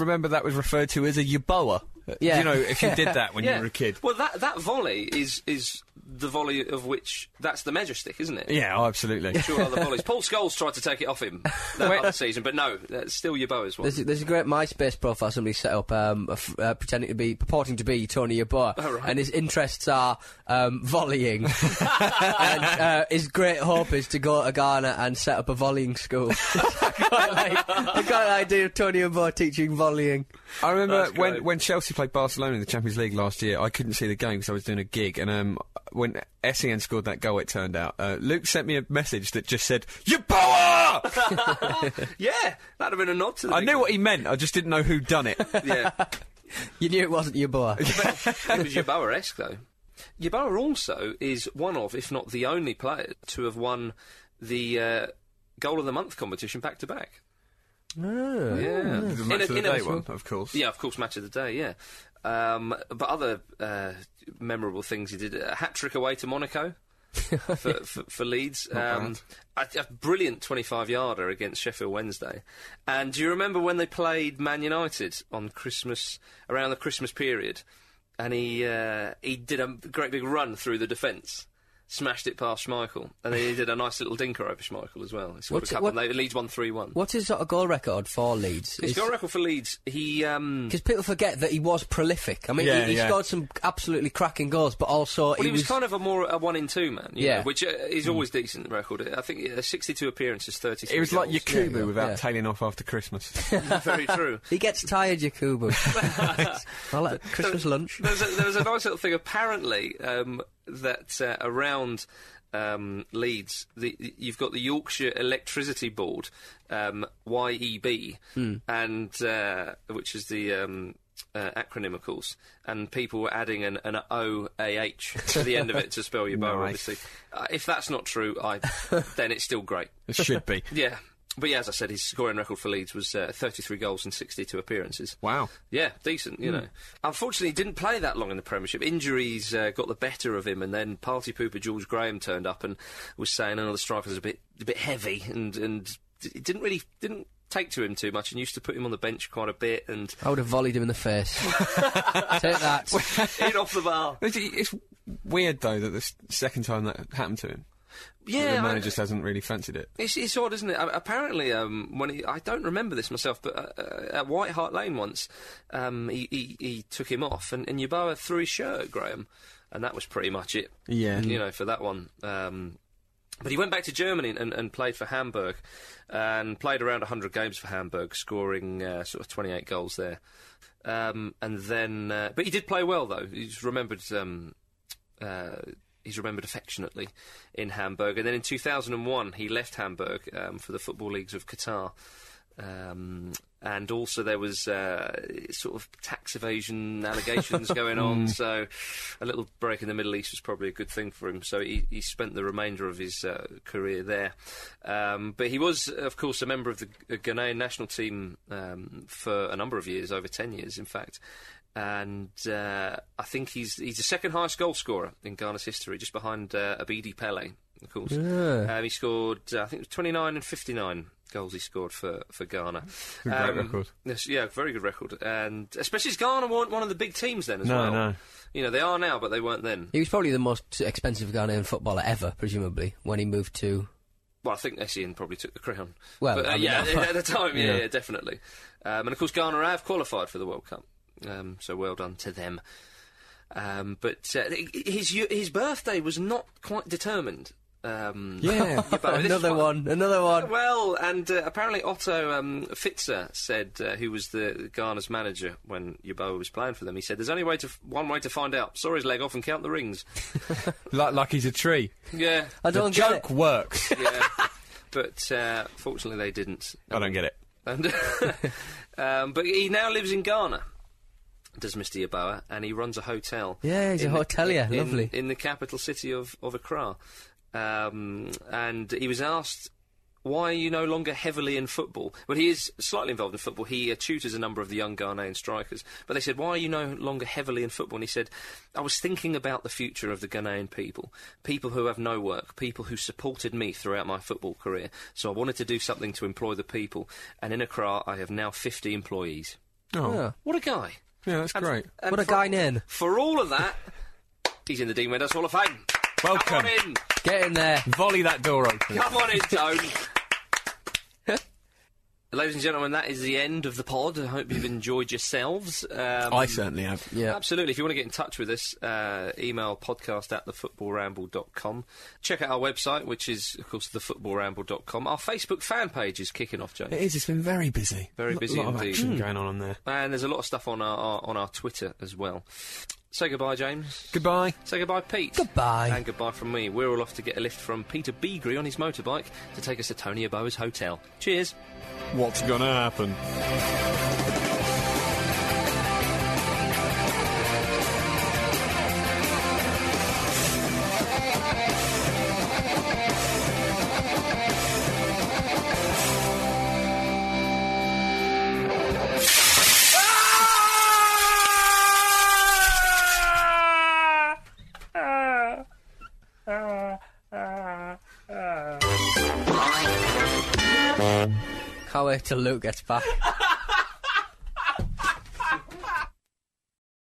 S6: remember that was referred to as a yaboa.
S2: Yeah.
S6: You know, if you did that when you were a kid.
S4: Well, that that volley is is the volley of which that's the measure stick, isn't it?
S6: Yeah, oh, absolutely.
S4: Sure, other volleys. Paul Scholes tried to take it off him that other season, but no, that's still your boas one.
S2: There's, there's a great MySpace profile somebody set up um, f- uh, pretending to be, purporting to be Tony Yeboah, and his interests are um, volleying. and uh, his great hope is to go to Ghana and set up a volleying school. I quite like, I quite like the idea of Tony Yeboah teaching volleying.
S6: I remember
S4: That's
S6: when,
S4: great.
S6: when Chelsea played Barcelona in the Champions League last year, I couldn't see the game because I was doing a gig. And um, when Essien scored that goal, it turned out, uh, Luke sent me a message that just said, You power!
S4: yeah, that'd have been a nod to. The
S6: I
S4: big
S6: knew
S4: one.
S6: what he meant, I just didn't know who'd done it.
S4: Yeah,
S2: You knew it wasn't Yeboah.
S4: it was Yaboa-esque though. Yaboa also is one of, if not the only player to have won the uh, goal of the month competition back to back. Yeah,
S6: The
S4: In
S6: match
S4: a-
S6: of the
S4: in a-
S6: day one, of course.
S4: Yeah, of course, match of the day. Yeah, um, but other uh, memorable things he did: a hat trick away to Monaco for, for, for Leeds, um, a, a brilliant twenty-five yarder against Sheffield Wednesday. And do you remember when they played Man United on Christmas around the Christmas period? And he uh, he did a great big run through the defence. Smashed it past Schmeichel, and then he did a nice little dinker over Schmeichel as well. He scored
S2: What's
S4: a
S2: it-
S4: couple.
S2: what-
S4: They- Leeds one three one.
S2: What's his sort of goal record for Leeds?
S4: His goal record for Leeds, he um,
S2: Because people forget that he was prolific. I mean,
S6: Yeah,
S2: he, he
S6: yeah.
S2: scored some absolutely cracking goals, but also
S4: Well, he, was, kind of a more a one in two man, you
S2: Yeah.
S4: know, which uh, is always decent record. I think uh, sixty-two appearances, thirty.
S6: Hmm. It was like Yakubu
S2: yeah.
S6: without
S2: Yeah.
S6: tailing off after Christmas.
S4: very true.
S2: He gets tired, Yakubu. I like Christmas lunch.
S4: There was, a, there was a nice little thing. Apparently, um, that uh, around um, Leeds, the, you've got the Yorkshire Electricity Board, um, YEB,
S6: Hmm.
S4: and uh, which is the um, uh, acronym, of course. And people were adding an, an OAH to the end of it to spell your bar.
S6: Nice.
S4: Obviously, uh, if that's not true, I then it's still great.
S6: it should be.
S4: Yeah. But yeah, as I said, his scoring record for Leeds was uh, 33 goals and 62 appearances.
S6: Wow.
S4: Yeah, decent,
S6: Hmm.
S4: you know. Unfortunately, he didn't play that long in the Premiership. Injuries uh, got the better of him, and then party pooper George Graham turned up and was saying, "Oh, the striker's a bit, a bit heavy," and and d- it didn't really didn't take to him too much, and used to put him on the bench quite a bit and
S2: I would have volleyed him in the face. Take that.
S4: in off the bar.
S6: It's, it's weird, though, that the s- second time that happened to him, the
S4: Yeah, I-
S6: manager just hasn't really fancied it.
S4: It's, it's odd, isn't it? Uh, apparently, um, when he, I don't remember this myself, but uh, uh, at White Hart Lane once, um, he, he, he took him off, and, and Yaboa threw his shirt at Graham, and that was pretty much it.
S6: Yeah.
S4: you know, for that one. Um, but he went back to Germany and, and played for Hamburg, and played around 100 games for Hamburg, scoring uh, sort of 28 goals there. Um, and then, uh, but he did play well though. He's remembered. Um, uh, he's remembered affectionately in Hamburg. And then in 2001, he left Hamburg um, for the football leagues of Qatar. Um, and also there was uh, sort of tax evasion allegations going on. So a little break in the Middle East was probably a good thing for him. So he, he spent the remainder of his uh, career there. Um, but he was, of course, a member of the G- Ghanaian national team um, for a number of years, over 10 years, in fact and uh, I think he's he's the second highest goal scorer in Ghana's history, just behind uh, Abidi Pele, of course. Um, he scored, uh, I think, it was 29 and 59 goals he scored for for Ghana.
S6: Great
S3: Um,
S6: record.
S4: yes, yeah, very good record, and especially as Ghana weren't one of the big teams then as well.
S6: No, no.
S4: You know they are now, but they weren't then.
S2: He was probably the most expensive Ghanaian footballer ever, presumably, when he moved to.
S4: Well, I think Essien probably took the crown.
S2: Well,
S4: But, uh,
S2: I mean,
S4: yeah,
S2: no.
S4: at the time, yeah,
S6: Yeah.
S4: yeah, definitely. Um, and of course, Ghana have qualified for the World Cup, um, so well done to them. Um, but uh, his his birthday was not quite determined. Um,
S6: Yeah.
S4: Yeboah. This is
S2: another
S4: what-
S2: one, another one.
S4: well, and uh, apparently Otto um, Fitzer said, uh, who was the Ghana's manager when Yaboa was playing for them, he said, "There's only way to f- one way to find out. Saw his leg off and count the rings."
S6: Like, like he's a tree.
S4: yeah,
S2: I
S6: The
S2: don't get
S6: joke works.
S4: yeah. But uh, fortunately, they didn't.
S6: I don't get it.
S4: And um, but he now lives in Ghana. Does Mr. Yaboa, and he runs a hotel.
S2: Yeah, he's a
S4: in the-
S2: hotelier,
S4: in-
S2: lovely.
S4: In the capital city of of Accra, um, and he was asked. Why are you no longer heavily in football? Well, he is slightly involved in football. He uh, tutors a number of the young Ghanaian strikers. But they said, Why are you no longer heavily in football? And he said, I was thinking about the future of the Ghanaian people, people who have no work, people who supported me throughout my football career. So I wanted to do something to employ the people. And in Accra, I have now 50 employees.
S6: Oh.
S4: What a guy.
S6: Yeah, that's
S4: And-
S6: great.
S4: and
S2: What a
S4: for-
S2: guy name.
S4: For all of that, he's in the Dean Meadows Hall of Fame. Come
S6: Welcome.
S4: on in.
S2: Get in there.
S6: Volley that door open.
S4: Come on in, Tone. Ladies and gentlemen, that is the end of the pod. I hope you've enjoyed yourselves. Um,
S6: I certainly have.
S2: Yeah.
S4: Absolutely. If you want to get in touch with us, uh, email podcast at thefootballramble.com. Check out our website, which is, of course, thefootballramble.com. Our Facebook fan page is kicking off, James.
S6: It is. It's been very busy.
S4: Very
S6: Lo-
S4: busy
S6: lot
S4: indeed.
S6: of action going on on there.
S4: And there's a lot of stuff on our, our on our Twitter as well. Say goodbye, James.
S6: Goodbye.
S4: Say goodbye, Pete.
S2: Goodbye.
S4: And goodbye from me. We're all off to get a lift from Peter Beagrie on his motorbike to take us to Tony Aboa's hotel. Cheers.
S6: What's gonna happen?
S2: Can't wait till Luke gets back.